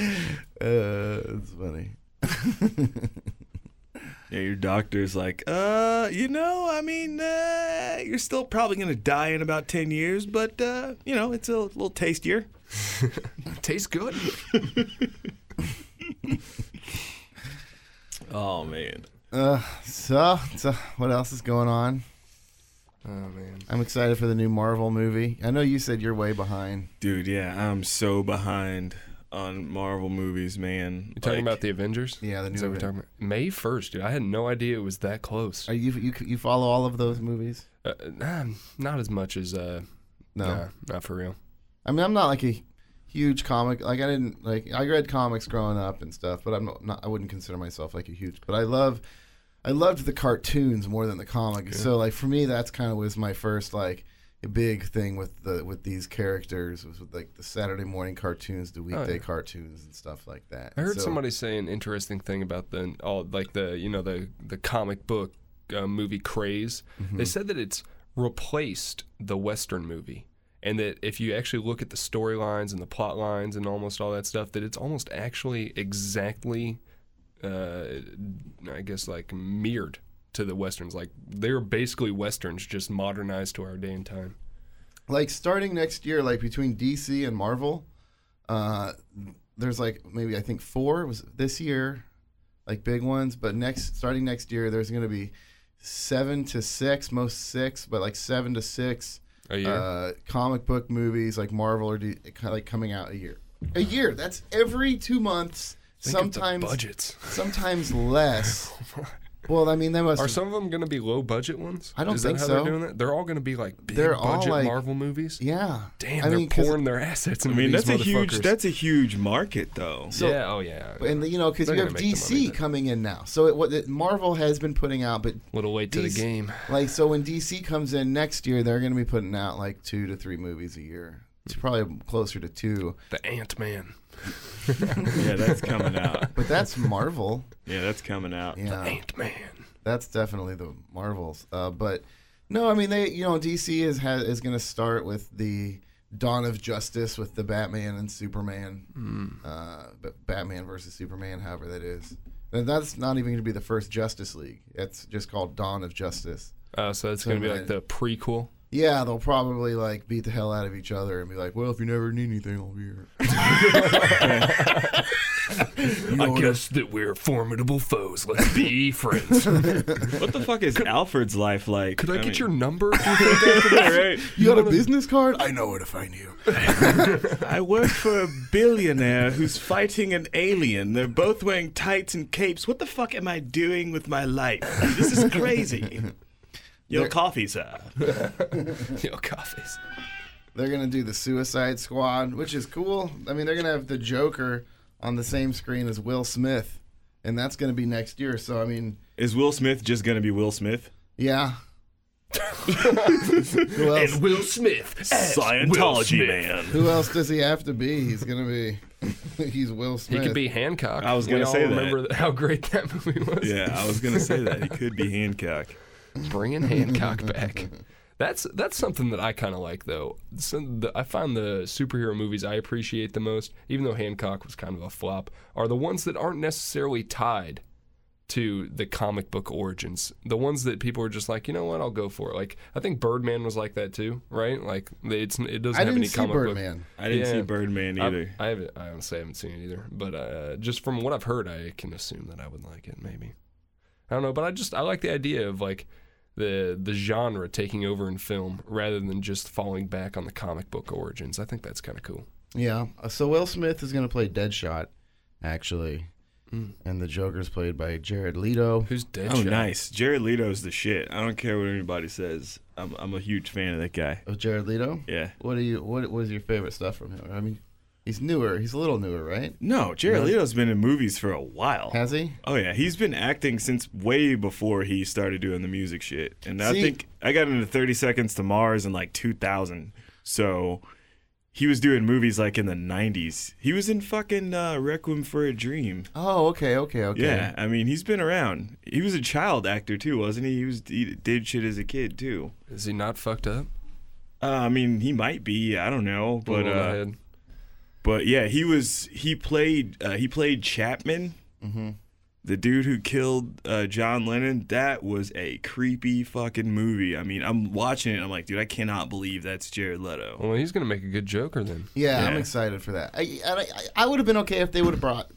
see. Uh, it's funny. Yeah, your doctor's like, uh, you know, I mean, uh, you're still probably gonna die in about ten years, but uh, you know, it's a little tastier. Tastes good. Oh man. Uh, so, so what else is going on? Oh man. I'm excited for the new Marvel movie. I know you said you're way behind. Dude, yeah, I'm so behind on Marvel movies, man. You talking about the Avengers? Yeah, the Is new that what we're talking about? May first, dude. I had no idea it was that close. Are you you you follow all of those movies? Uh, nah, not as much as uh. No. nah, not for real. I mean, I'm not like a huge comic. Like I didn't like I read comics growing up and stuff, but I'm not. not I wouldn't consider myself like a huge. But I love, I loved the cartoons more than the comics. So like for me, that's kind of was my first like big thing with the with these characters was with like the Saturday morning cartoons, the weekday Oh, yeah. cartoons, and stuff like that. I heard So- somebody say an interesting thing about the all like the you know the the comic book uh, movie craze. Mm-hmm. They said that it's replaced the western movie, and that if you actually look at the storylines and the plot lines and almost all that stuff, that it's almost actually exactly, uh, I guess like mirrored to the westerns. Like they're basically westerns just modernized to our day and time. like starting next year, like between DC and Marvel, uh, there's like maybe I think four was this year, like big ones. But next, starting next year, there's gonna be seven to six, most six, but like seven to six A year. uh, comic book movies like Marvel or D- kind of like coming out a year. A year. That's every two months. Think of the sometimes, budgets. sometimes less. Well, I mean, they must. Are some of them going to be low budget ones? I don't Is that think how so. They're, doing that? they're all going to be like big They're all, budget like- Marvel movies. yeah. Damn, I they're mean, 'cause- pouring their assets I into mean, these that's a huge motherfuckers. that's a huge market though. So- yeah, oh yeah. and you know because They're you gonna have make the money DC then. coming in now. So it, what it, Marvel has been putting out, but little late to the these- game. like so when DC comes in next year, they're going to be putting out like two to three movies a year. It's Hmm. probably closer to two, The Ant Man. yeah, that's coming out. but that's Marvel. Yeah, that's coming out. Yeah, Ant Man. that's definitely the Marvels. Uh, but no, I mean they, you know, DC is ha- is going to start with the Dawn of Justice with the Batman and Superman, Hmm. uh, but Batman versus Superman, however that is. And that's not even going to be the first Justice League. It's just called Dawn of Justice. Uh, so it's going to be Superman. like the prequel. Yeah, they'll probably like beat the hell out of each other and be like, "Well, if you never need anything, I'll be here." You order- that we're formidable foes. Let's be friends. Could What the fuck is Alfred's life like? I get your number? your right? You got a business card? I know where to find you. I work for a billionaire who's fighting an alien. They're both wearing tights and capes. What the fuck am I doing with my life? This is crazy. Your coffee, sir. Yo, coffees. They're gonna do the Suicide Squad, which is cool. I mean, they're gonna have the Joker on the same screen as Will Smith, and that's gonna be next year. So I mean, Is Will Smith just gonna be Will Smith? yeah. who else? Will Smith. Scientology man. Who else does he have to be? He's gonna be. he's Will Smith. He could be Hancock. I was We gonna all say that. remember how great that movie was. Yeah, I was gonna say that he could be Hancock. bringing Hancock back. That's that's something that I kind of like though. Some, the, I find the superhero movies I appreciate the most, even though Hancock was kind of a flop, are the ones that aren't necessarily tied to the comic book origins. The ones that people are just like, you know what, I'll go for it. Like I think Birdman was like that too, right? Like they- it's it doesn't I have didn't any see comic book. Birdman. I didn't see Yeah. Birdman I- either. I haven't. I honestly haven't seen it either. But uh, just from what I've heard, I can assume that I would like it. Maybe. I don't know, but I just I like the idea of like the the genre taking over in film rather than just falling back on the comic book origins. I think that's kind of cool. Yeah. Uh, So Will Smith is going to play Deadshot, actually. And the Joker's played by Jared Leto. Who's dead? Hmm. Oh, nice. Jared Leto's the shit. I don't care what anybody says. I'm I'm a huge fan of that guy. Of Oh, Jared Leto? Yeah. What do you what was your favorite stuff from him? I mean, he's newer. He's a little newer, right? No, Jared Leto's been in movies for a while. Has he? Oh yeah, he's been acting since way before he started doing the music shit. And I See- think I got into 30 Seconds to Mars in like 2000. So he was doing movies like in the 90s. He was in fucking uh, Requiem for a Dream. Oh, okay, okay, okay. Yeah, I mean he's been around. He was a child actor too, wasn't he? He was he did shit as a kid too. Is he not fucked up? Uh, I mean he might be. I don't know, but Little uh, head. But yeah, he was he played uh, he played Chapman, Mm-hmm. the dude who killed uh, John Lennon. That was a creepy fucking movie. I mean, I'm watching it. I'm like, dude, I cannot believe that's Jared Leto. well, he's gonna make a good Joker then. Yeah, I'm Yeah. excited for that. I I, I would have been okay if they would have brought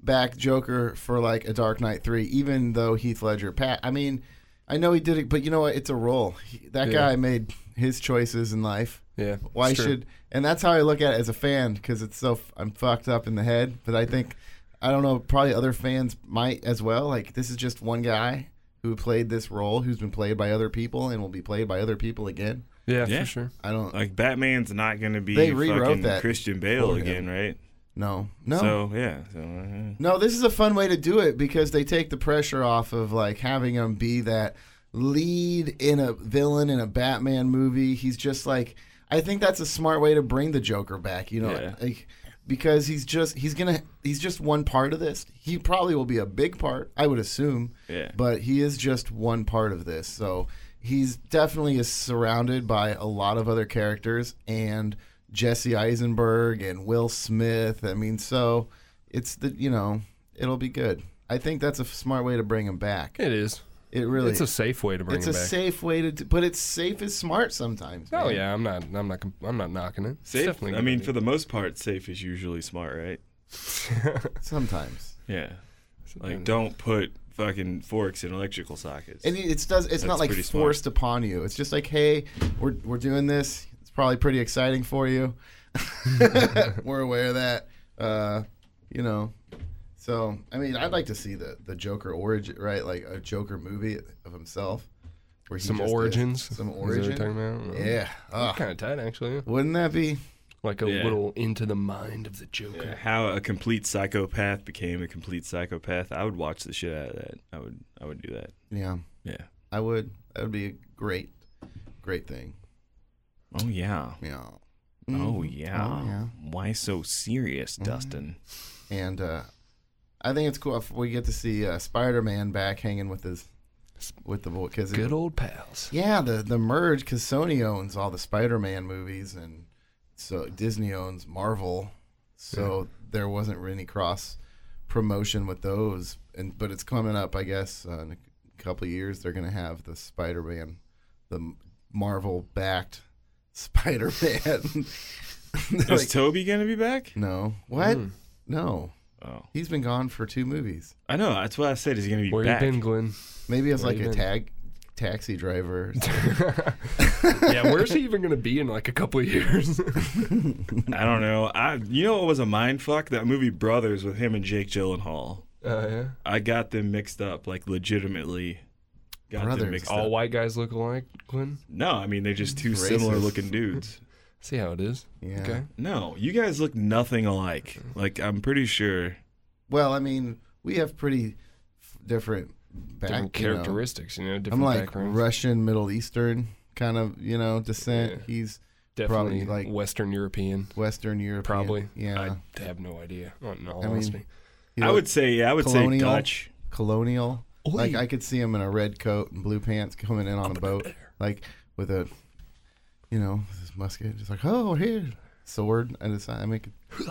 back Joker for like a Dark Knight three, even though Heath Ledger. Pat, I mean, I know he did it, but you know what? It's a role. He, that Yeah. guy made his choices in life. Yeah, Why it's true. should? And that's how I look at it as a fan because it's so f- I'm fucked up in the head. But I think I don't know. Probably other fans might as well. Like this is just one guy who played this role, who's been played by other people, and will be played by other people again. Yeah, Yeah. for sure. I don't Like Batman's not gonna be They rewrote fucking that Christian Bale for him. Oh. again, right? know. No. So yeah, so uh, No, this is a fun way to do it because they take the pressure off of like having him be that lead in a villain in a Batman movie. He's just like I think that's a smart way to bring the Joker back, you know, Yeah. like because he's just he's going to he's just one part of this. He probably will be a big part, I would assume. Yeah. But he is just one part of this. So he's definitely is surrounded by a lot of other characters and Jesse Eisenberg and Will Smith. I mean, so it's the you know it'll be good. I think that's a f- smart way to bring him back. It is. It really It's a safe way to bring it's him a back. safe way to do, but it's safe is smart sometimes. Oh man. yeah, I'm not. I'm not. comp- I'm not knocking it. It's safe. definitely. I good mean, idea. for the most part, safe is usually smart, right? sometimes. Yeah. Like, don't put fucking forks in electrical sockets. And it- it's does. It's not That's like pretty smart. forced upon you. It's just like, hey, we're we're doing this. It's probably pretty exciting for you. we're aware of that. Uh, you know. So I mean, I'd like to see the the Joker origin, right? Like a Joker movie of himself. Where he some just is- origins. Some Is that what you're origin. talking about? Yeah. Ugh. Kind of tight, actually. Wouldn't that be? Like a Yeah. little into the mind of the Joker. how a complete psychopath became a complete psychopath. I would watch the shit out of that. I would I would do that. Yeah. Yeah. I would. That would be a great, great thing. Oh yeah. Yeah. Oh yeah. Oh, yeah. Mm-hmm. Why so serious, Dustin? And uh, I think it's cool if we get to see uh, Spider-Man back hanging with his with the boy because Good old pals. yeah the the merge because Sony owns all the Spider-Man movies and so Disney owns Marvel, so there wasn't really any cross promotion with those. And but it's coming up, I guess, uh, in a couple of years they're gonna have the Spider-Man, the Marvel backed Spider-Man. Is Toby gonna be back? no, what? Hmm. No, Oh, he's been gone for two movies. I know. That's why I said he's gonna be Where back. you been, Glenn? Maybe it's Where like a you been? tag taxi driver. yeah, where's he even gonna be in like a couple of years? Uh, I don't know. I you know what was a mind fuck? That movie Brothers with him and Jake Gyllenhaal. uh, yeah. I got them mixed up, like legitimately. Got Brothers. them mixed All up. white guys look alike, Glenn. No, I mean they're just two Racist. similar looking dudes. See how it is. Yeah. Okay. No, you guys look nothing alike. Like I'm pretty sure. Well, I mean, we have pretty f- different back, Different you know. characteristics, you know, different I'm like backgrounds. Russian, Middle Eastern kind of, you know, descent. Yeah. He's Definitely probably like Western European. Western European. Probably. Yeah. I have no idea. In all I mean, honesty. He I looked would say yeah, I would say colonial. Dutch. colonial. Oy. Like I could see him in a red coat and blue pants coming in on a boat, like with a, you know, with his musket. Just like, oh, here, sword. And it's, I make it.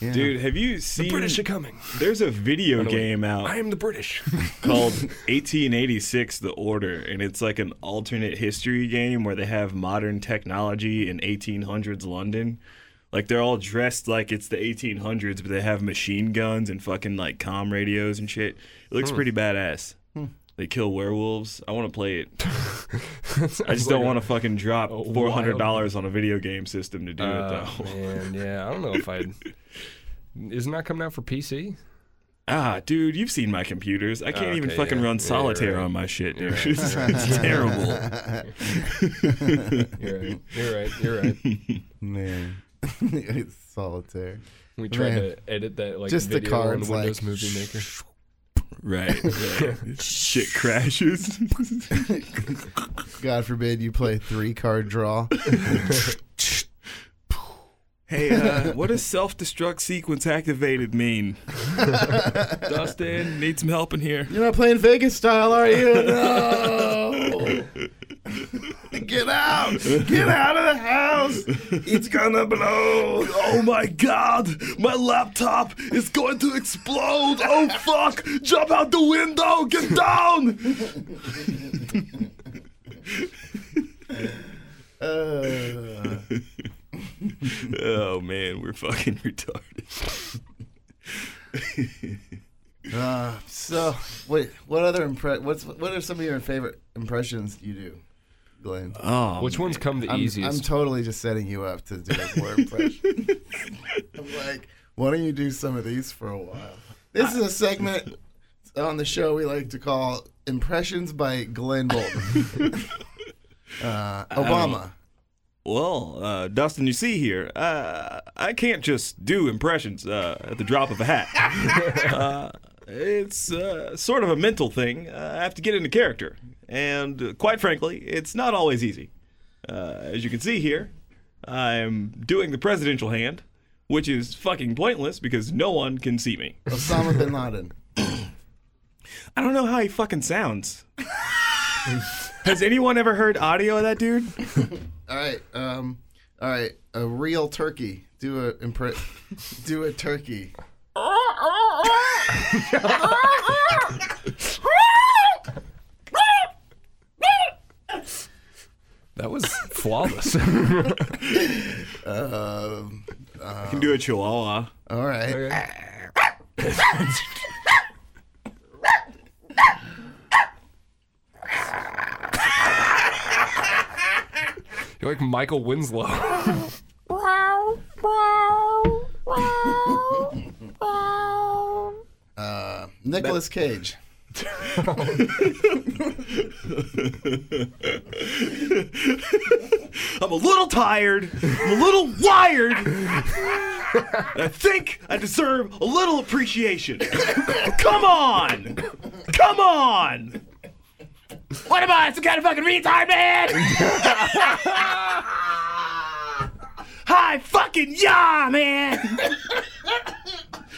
Yeah. Dude, have you the seen British are coming. There's a video no, wait. game I out am the British. called 1886 The Order, and it's like an alternate history game where they have modern technology in 1800s London. Like they're all dressed like it's the Hmm. 1800s, but they have machine guns and fucking like com radios and shit. It looks pretty badass. They kill werewolves. I want to play it. I I just don't want to fucking drop a wild- four hundred dollars on a video game system to do it though. oh, man, yeah, I don't know if I'd. Isn't that coming out for PC? Ah, dude, you've seen my computers. I can't even okay, fucking yeah. run Yeah, solitaire right. on my shit, dude. You're right. It's, it's terrible. You're right. You're right. You're right. Man, it's solitaire. We tried Man. to edit that like Just the video cards, on Windows like, Movie Maker. Right. right. shit crashes. God forbid you play three card draw. hey, uh, what does self destruct sequence activated mean? Dustin, need some help in here. You're not playing Vegas style, are you? No. Get out! Get out of the house! It's gonna blow! Oh my god! My laptop is going to explode! Oh fuck! Jump out the window! Get down! Uh, oh man, we're fucking retarded. uh, so, wait, what other impre- What's what are some of your favorite impressions you do, Glenn? Oh, Which one's come the I'm, I'm easiest? totally just setting you up to do a more impression. I'm like, why don't you do some of these for a while? This is a segment on the show we like to call Impressions by Glenn Bolton. uh, Obama. Well, uh, Dustin, you see here, uh, I can't just do impressions uh, at the drop of a hat. uh, it's uh, sort of a mental thing. Uh, I have to get into character. And uh, quite frankly, it's not always easy. Uh, as you can see here, I'm doing the presidential hand, which is fucking pointless because no one can see me. Osama bin Laden. I don't know how he fucking sounds. Has anyone ever heard audio of that dude? All right. Um, all right. A real turkey. Do a impre- do a turkey. That was flawless. Um, I can do a chihuahua. all right. You're like Michael Winslow. Wow, wow, wow, wow. Uh, Nicholas Cage. I'm a little tired. I'm a little wired. I think I deserve a little appreciation. Come on! Come on! What am I, some kind of fucking retard man? Hi, fucking yeah, man!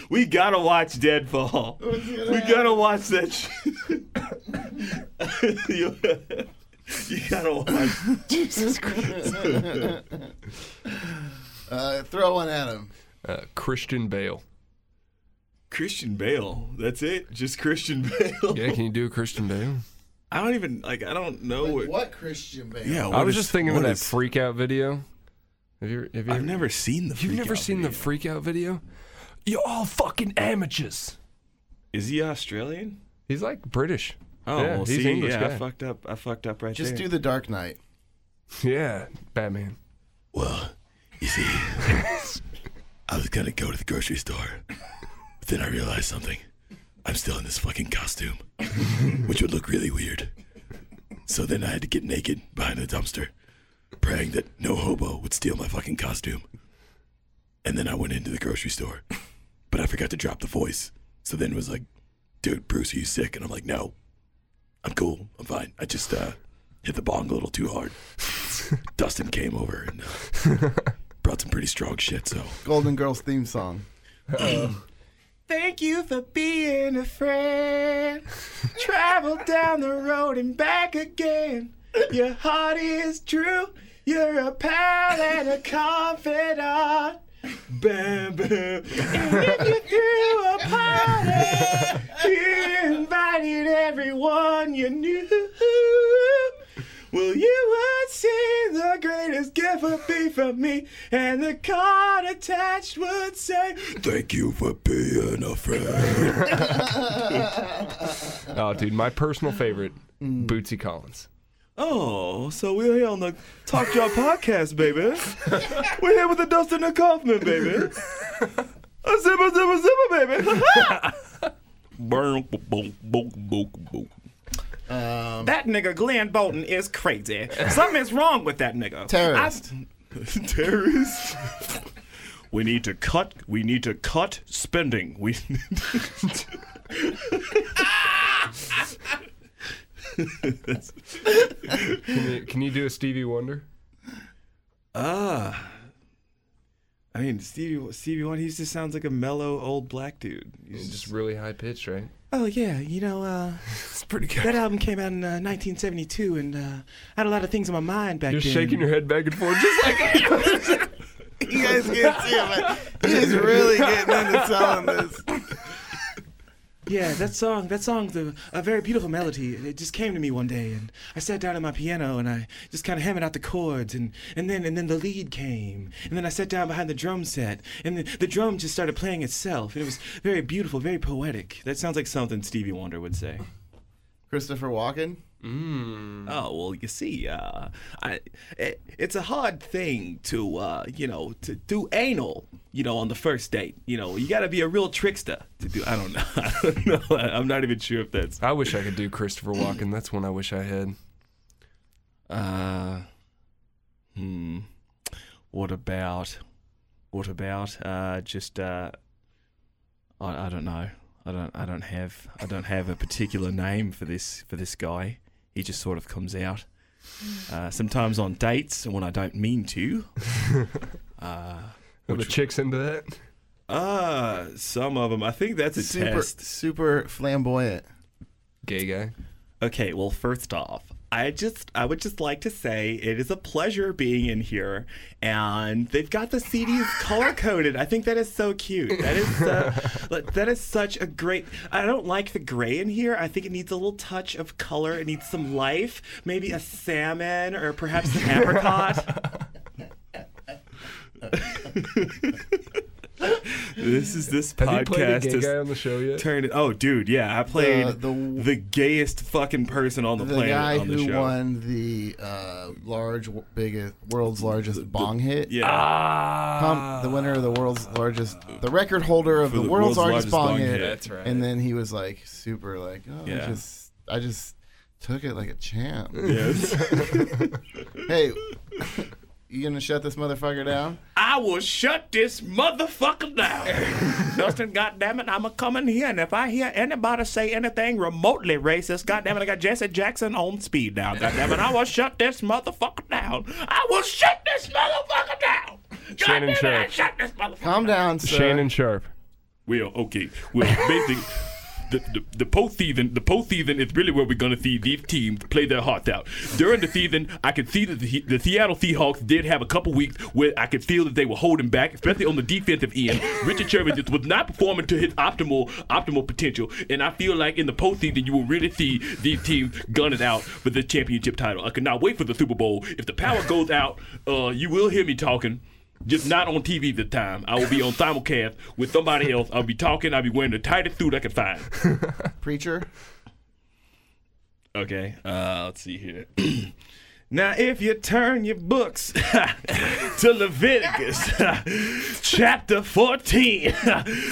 we gotta watch Deadfall. We gotta watch that shit. you, you gotta watch Jesus Christ. uh, throw one at him. Uh, Christian Bale. Christian Bale. That's it. Just Christian Bale. Yeah, can you do a Christian Bale? I don't even like. I don't know What, Christian Bale? Yeah, I what was is- just thinking of what that is- freak out video. Have you? Have you? I've never seen the. You've never seen the freak out video? You're all fucking amateurs. Is he Australian? He's like British. Oh, yeah, well, he's see, English yeah, guy. I fucked up. I fucked up right Just there. do the Dark Knight. Yeah, Batman. Well, you see, I was gonna go to the grocery store, but then I realized something. I'm still in this fucking costume, which would look really weird. So then I had to get naked behind the dumpster, praying that no hobo would steal my fucking costume. And then I went into the grocery store, but I forgot to drop the voice. So then it was like, dude, Bruce, are you sick? And I'm like, no, I'm cool. I'm fine. I just uh, hit the bong a little too hard. Dustin came over and uh, brought some pretty strong shit. So Golden Girls theme song. Thank you for being a friend. Travel down the road and back again. Your heart is true. You're a pal and a confidant. Bam, bam. And if you threw a party, you invited everyone you knew. Well, you would see the greatest gift would be from me, and the card attached would say, thank you for being a friend. Oh, dude, my personal favorite, Bootsy Collins. Oh, so we're here on the Talk Job podcast, baby. we're here with the Dustin and Kaufman, baby. A zipper, zipper, zipper, baby. Burn, boom, boom, boom, boom. Um, That nigga Glenn Bolton is crazy. Something's wrong with that nigga. Terrorist. Terrorists. We need to cut. We need to cut spending. We. Can you, can you do a Stevie Wonder? Ah. I mean, Stevie Stevie One. He just sounds like a mellow old black dude. He's It's just just really high pitched, right? Oh yeah, you know, uh, It's pretty good. that album came out in uh, 1972, and uh, I had a lot of things on my mind back You're then. shaking your head back and forth, just like You guys can't see him, but he's really getting into selling this. Yeah, that song, that song's a, a very beautiful melody. and It just came to me one day, and I sat down at my piano and I just kind of hammered out the chords, and, and then and then the lead came, and then I sat down behind the drum set, and the, the drum just started playing itself, and it was very beautiful, very poetic. that sounds like something Stevie Wonder would say. Christopher Walken. Mm. Oh well, you see, uh, I it, it's a hard thing to uh, you know to do anal, you know, on the first date. You know, you got to be a real trickster to do. I don't know. I don't know. I'm not even sure if that's. I wish I could do Christopher Walken. That's one I wish I had. Uh, hmm. What about? What about? Uh, just uh, I, I don't know. I don't. I don't have. I don't have a particular name for this for this guy. He just sort of comes out. Uh, sometimes on dates when I don't mean to. Uh, Are the chicks into that? Ah, some of them. I think that's a super test. super flamboyant. Gay guy. Okay, well, first off, I just I would just like to say it is a pleasure being in here, and they've got the CDs color coded. I think that is so cute. That is uh, like, that is such a great. I don't like the gray in here. I think it needs a little touch of color. It needs some life. Maybe a salmon or perhaps an apricot. This is this Have you played a podcast gay guy is on the show yet? turned. Oh, dude, yeah, I played Uh, the, the- gayest fucking person on the, The planet guy on the who show. won the uh, large, w- biggest, world's largest bong hit. Yeah, Ah. Pump, the winner of the world's largest, the record holder of For the, the world's, world's largest largest, bong, bong hit. hit. That's right. And then he was like, super, like, oh, I Yeah. just, I just took it like a champ. yes. hey, you gonna shut this motherfucker down? I will shut this motherfucker down. Dustin, goddammit, I'm a coming here, and if I hear anybody say anything remotely racist, goddammit, I got Jesse Jackson on speed now. Goddammit, I will shut this motherfucker down. I will shut this motherfucker down. Shannon Goddammit, I Sharp. shut this motherfucker. Calm down, sir. Shannon Sharp. Well, okay, well, basically. The, the, the po thieving the po thieving is really where we're gonna see these teams play their hearts out. During the season, I could see that the, the Seattle Seahawks did have a couple weeks where I could feel that they were holding back, especially on the defensive end. Richard Sherman just was not performing to his optimal optimal potential, and I feel like in the postseason you will really see these teams gun it out for the championship title. I cannot wait for the Super Bowl. If the power goes out, uh, you will hear me talking. Just not on TV this time. I will be on simulcast with somebody else. I'll be talking. I'll be wearing the tightest suit I can find. Preacher. Okay, uh, let's see here. now, if you turn your books to Leviticus chapter 14,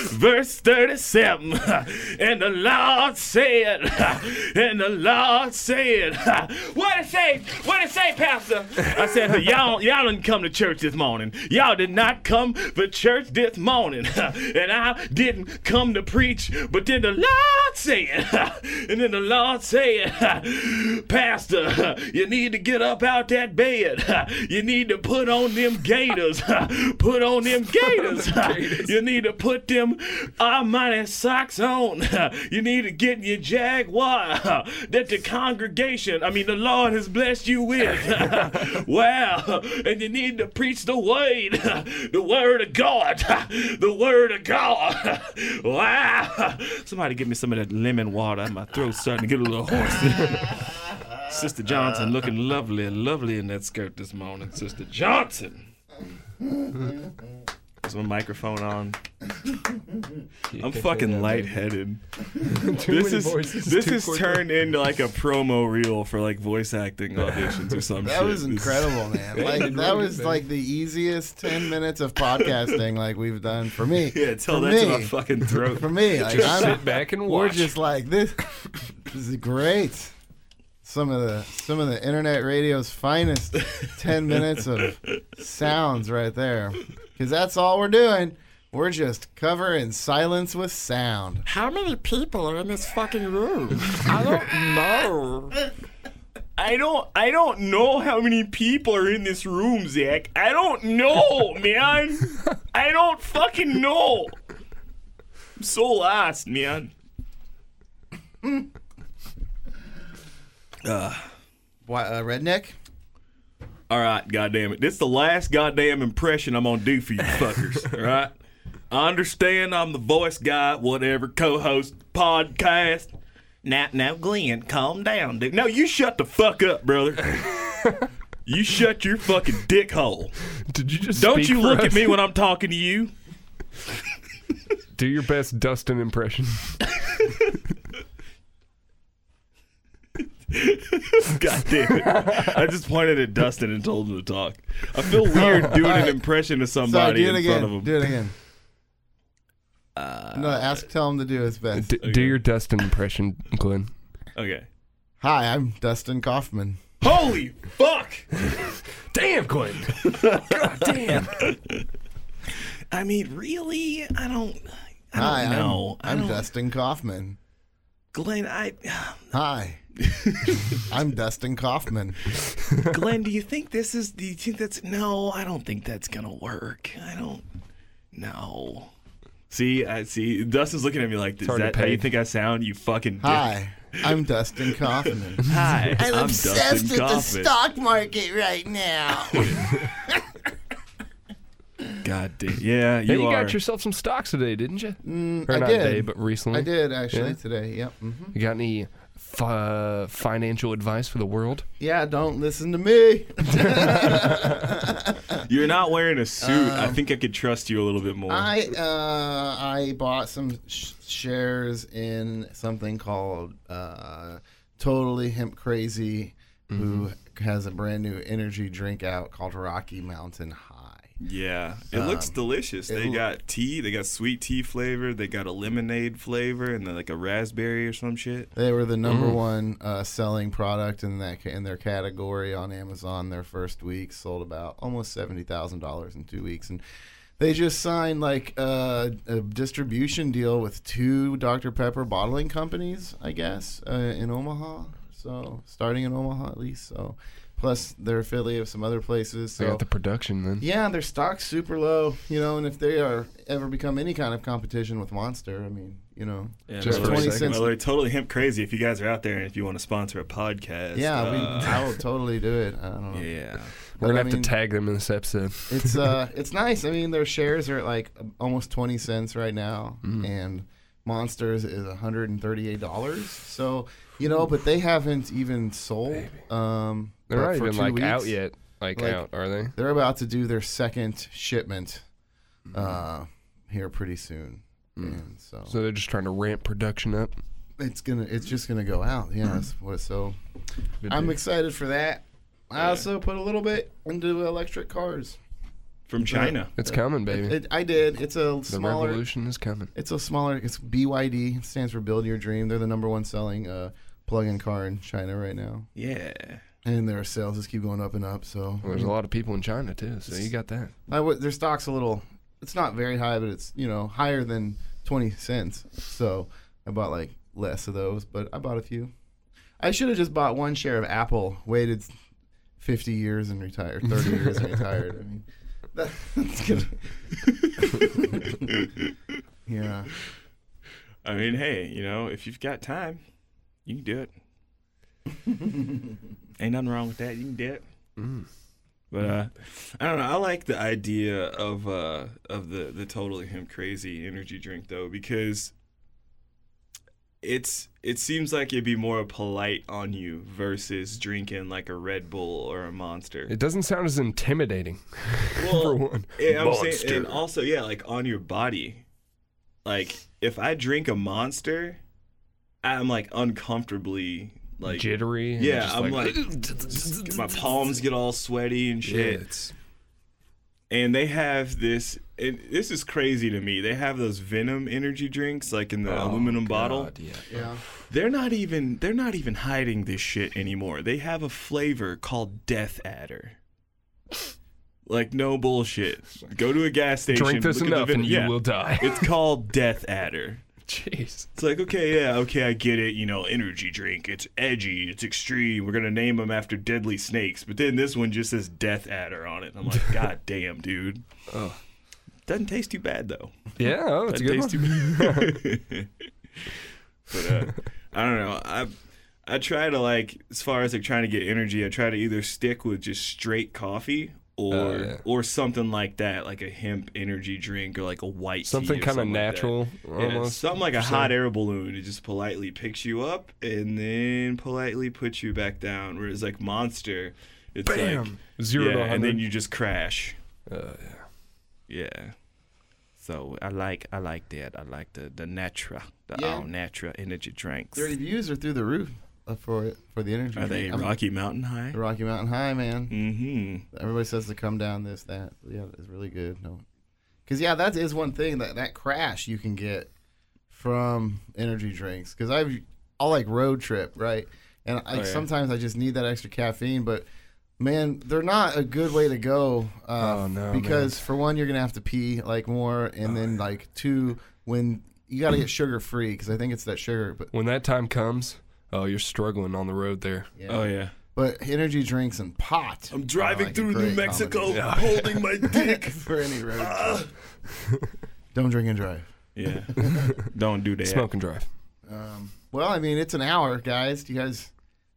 verse 37, and the Lord said, and the Lord said, what it say? What it say, Pastor? I said, y'all, y'all didn't come to church this morning. Y'all did not come for church this morning. and I didn't come to preach, but then the Lord said, and then the Lord said, Pastor, you need to get up out that bed. You need to put on them gaiters. Put on them gaiters. You need to put them almighty socks on. You need to get your jaguar that the congregation, I mean, the Lord has blessed you with. Wow. And you need to preach the word, the word of God, the word of God. Wow. Somebody give me some of that lemon water. My throat's starting to get a little hoarse. Sister Johnson looking lovely, lovely in that skirt this morning. Sister Johnson. has my microphone on. I'm fucking lightheaded. Too This many is voices, this too has quick. turned into like a promo reel for like voice acting auditions or some shit. That was This is- incredible, man. Like that was like the easiest ten minutes of podcasting like we've done for me. Yeah, tell for that to me. my fucking throat. For me, like, Just I'm, sit back and we're watch. just like this. This is great. Some of the some of the internet radio's finest ten minutes of sounds right there, because that's all we're doing. We're just covering silence with sound. How many people are in this fucking room? I don't know. I don't I don't know how many people are in this room, Zach. I don't know, man. I don't fucking know. I'm so lost, man. Why, uh, redneck? All right, goddamn it. This is the last goddamn impression I'm gonna do for you fuckers. all right. I understand I'm the voice guy, whatever, co-host, podcast. Now, now, Glenn, calm down, dude. No, you shut the fuck up, brother. you shut your fucking dick hole. Did you just Don't speak you for look at us? me when I'm talking to you. Do your best Dustin impression. God damn it. I just pointed at Dustin and told him to talk. I feel weird doing an impression of Sorry, somebody do it in front of again. him. Do it again. no, ask. Tell him to do his best. D- Do your Dustin impression, Glenn. Okay. Hi, I'm Dustin Kaufman. Holy fuck! Damn, Glenn. God damn. I mean, really? I don't. I don't Hi, know. I I'm, I'm don't- Dustin Kaufman. Glenn, I. Hi, I'm Dustin Kaufman. Glenn, do you think this is? Do you think that's? No, I don't think that's gonna work. I don't. No. See, I see. Dustin's looking at me like, "Is hard to that how you peg. think I sound? You fucking dick." Hi, I'm Dustin Kaufman. Hi, I'm, Dustin Kaufman. market right now. Mm-hmm. God damn. Yeah, you, Hey, you are. got yourself some stocks today, didn't you? Mm, or I not did. today, but recently. I did actually Yeah. today. Yep. hmm You got any fi- financial advice for the world? Yeah. Don't listen to me. You're not wearing a suit. I think I could trust you a little bit more. I uh, I bought some sh- shares in something called uh, Totally Hemp Crazy, Mm-hmm. who has a brand new energy drink out called Rocky Mountain High. yeah, it looks delicious. They lo- got tea. They got sweet tea flavor. They got a lemonade flavor, and then like a raspberry or some shit. They were the number Mm. one uh, selling product in that in their category on Amazon. Their first week sold about almost seventy thousand dollars in two weeks, and they just signed like uh, a distribution deal with two Dr Pepper bottling companies, I guess, uh, in Omaha. So starting in Omaha at least. So plus their affiliate of some other places. I So got the production then. yeah, their stock's super low, you know, and if they are ever become any kind of competition with Monster, I mean, you know, Yeah, Just by the way, 20 by cents. the way, totally hemp crazy. If you guys are out there and if you want to sponsor a podcast, yeah, we, uh, I will totally do it. I don't know. yeah, We're But gonna I have mean- to tag them in this episode. it's uh it's nice. I mean, their shares are at like almost twenty cents right now, Mm. and Monsters is one hundred and thirty-eight dollars. So you know, but they haven't even sold. Um, They're but not for even two like weeks. out yet. Like, Like- out, are they? They're about to do their second shipment uh, here pretty soon, and so, Mm. So they're just trying to ramp production up. it's gonna it's just gonna go out. Yeah, that's Hmm. what- so I'm excited for that. I also put a little bit into electric cars. from China. It's coming, baby. It, I did. It's a the smaller revolution is coming. It's a smaller. It's BYD it stands for Build Your Dream. They're the number one selling uh, plug-in car in China right now, Yeah. and their sales just keep going up and up. So Well, there's a lot of people in China too, so you got that. I would- their stock's a little. It's not very high, but it's you know higher than twenty cents. So I bought like less of those, but I bought a few. I should have just bought one share of Apple, waited fifty years and retired, thirty years and retired. I mean, that, that's good. yeah. I mean, hey, you know, if you've got time, you can do it. Ain't nothing wrong with that. You can do it. Mm. But uh, I don't know. I like the idea of uh, of the the totally him crazy energy drink though because it's it seems like it'd be more polite on you versus drinking like a Red Bull or a Monster. It doesn't sound as intimidating. for one. And eh, I'm saying, and uh, also, yeah, like on your body. Like if I drink a monster, I'm like uncomfortably like Jittery. and Yeah, just I'm like, my palms get all sweaty and yeah, shit. it's And they have this. It, this is crazy to me. They have those venom energy drinks, like in the Oh, aluminum bottle. God, yeah. Yeah. They're not even. They're not even hiding this shit anymore. They have a flavor called Death Adder. Like no bullshit. Go to a gas station. Drink this look at the enough ven- and you yeah. will die. It's called Death Adder. Jeez. It's like, okay, yeah, okay, I get it. You know, energy drink. It's edgy. It's extreme. We're gonna name them after deadly snakes. But then this one just says Death Adder on it. I'm like, god damn, dude. Oh. Doesn't taste too bad though. Yeah, oh, that's a good one. Doesn't taste too bad. but uh, I don't know. I I try to like, as far as like trying to get energy, I try to either stick with just straight coffee. Or, Oh, yeah. or something like that, like a hemp energy drink or like a white tea Something or kind of something like that. natural, Yeah, almost. something like a hot air balloon. It just politely picks you up and then politely puts you back down. Whereas like monster, it's like Zero to yeah, and then 100. you just crash. Uh, Yeah. So I like I like that. I like the the natura, the Yeah. all natural energy drinks. Their reviews are through the roof uh, for it for the energy. Are they drink. I'm- Rocky Mountain High? the Rocky Mountain High, man. Mm-hmm. Everybody says to come down this that. Yeah, it's really good. No, because yeah, that is one thing that that crash you can get from energy drinks. Because I've I like road trip right, and I, yeah. sometimes I just need that extra caffeine, but. Man, they're not a good way to go. Uh, Oh, no, Because for one, you're gonna have to pee like more, and then like two, when you gotta get sugar free, because I think it's that sugar. But when that time comes, oh, you're struggling on the road there. yeah. Oh yeah. But energy drinks and pot. I'm driving are like a through New great Mexico combination. holding my dick. Ah. for any road. trip. Don't drink and drive. Yeah. Don't do that. Smoke and drive. Um, well, I mean, it's an hour, guys. Do you guys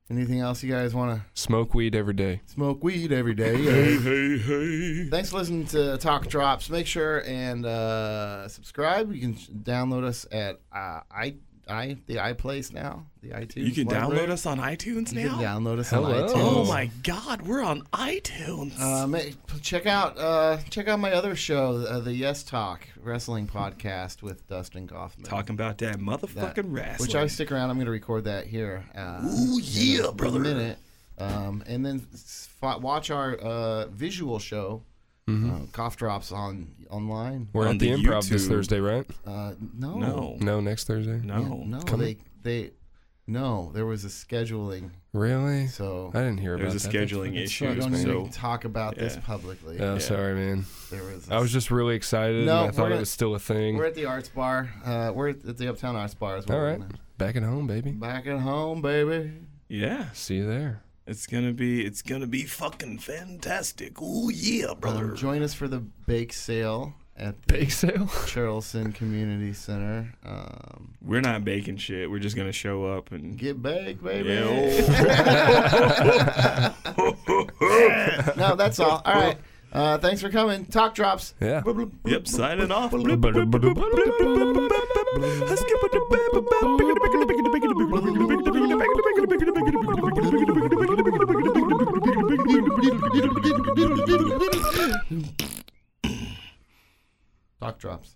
anything else you guys want to Smoke weed every day. smoke weed every day? Uh, hey, hey. thanks for listening to Talk Drops. Make sure and uh, subscribe. You can download us at uh, i i the iPlace now. The iTunes. You can library. download us on iTunes You can now? download us on Hello. iTunes. Oh my god, we're on iTunes. Uh, ma- check out uh, check out my other show, uh, the Yes Talk Wrestling Podcast with Dustin Goffman. Talking about that motherfucking wrestling. Which I stick around. I'm going to record that here. Uh, Ooh, in yeah, a brother. Minute, um, and then s- fo- watch our uh, visual show, uh, cough drops on online. We're On at the, the improv this YouTube. Thursday, right? Uh, no, no. No, next Thursday. Yeah, No. no, they they no. There was a scheduling, Really? so I didn't hear about There's a that. scheduling I issue. don't even So talk about this yeah. publicly. Oh, sorry, man. There was. I was just really excited. No, and I thought we're- it was still a thing. We're at the Arts Bar. Uh, we're at the Uptown Arts Bar as well. All right, back at home, baby. Back at home, baby. yeah. See you there. It's gonna be it's gonna be Fucking fantastic. Ooh, yeah, brother. Um, join us for the bake sale at the Bake sale. Charleston Community Center. Um, we're not baking shit. We're just gonna show up and get baked, baby. Yeah. no, that's all. All right. Uh, thanks for coming. Talk drops. Yeah. Yep, signing off. Talk drops.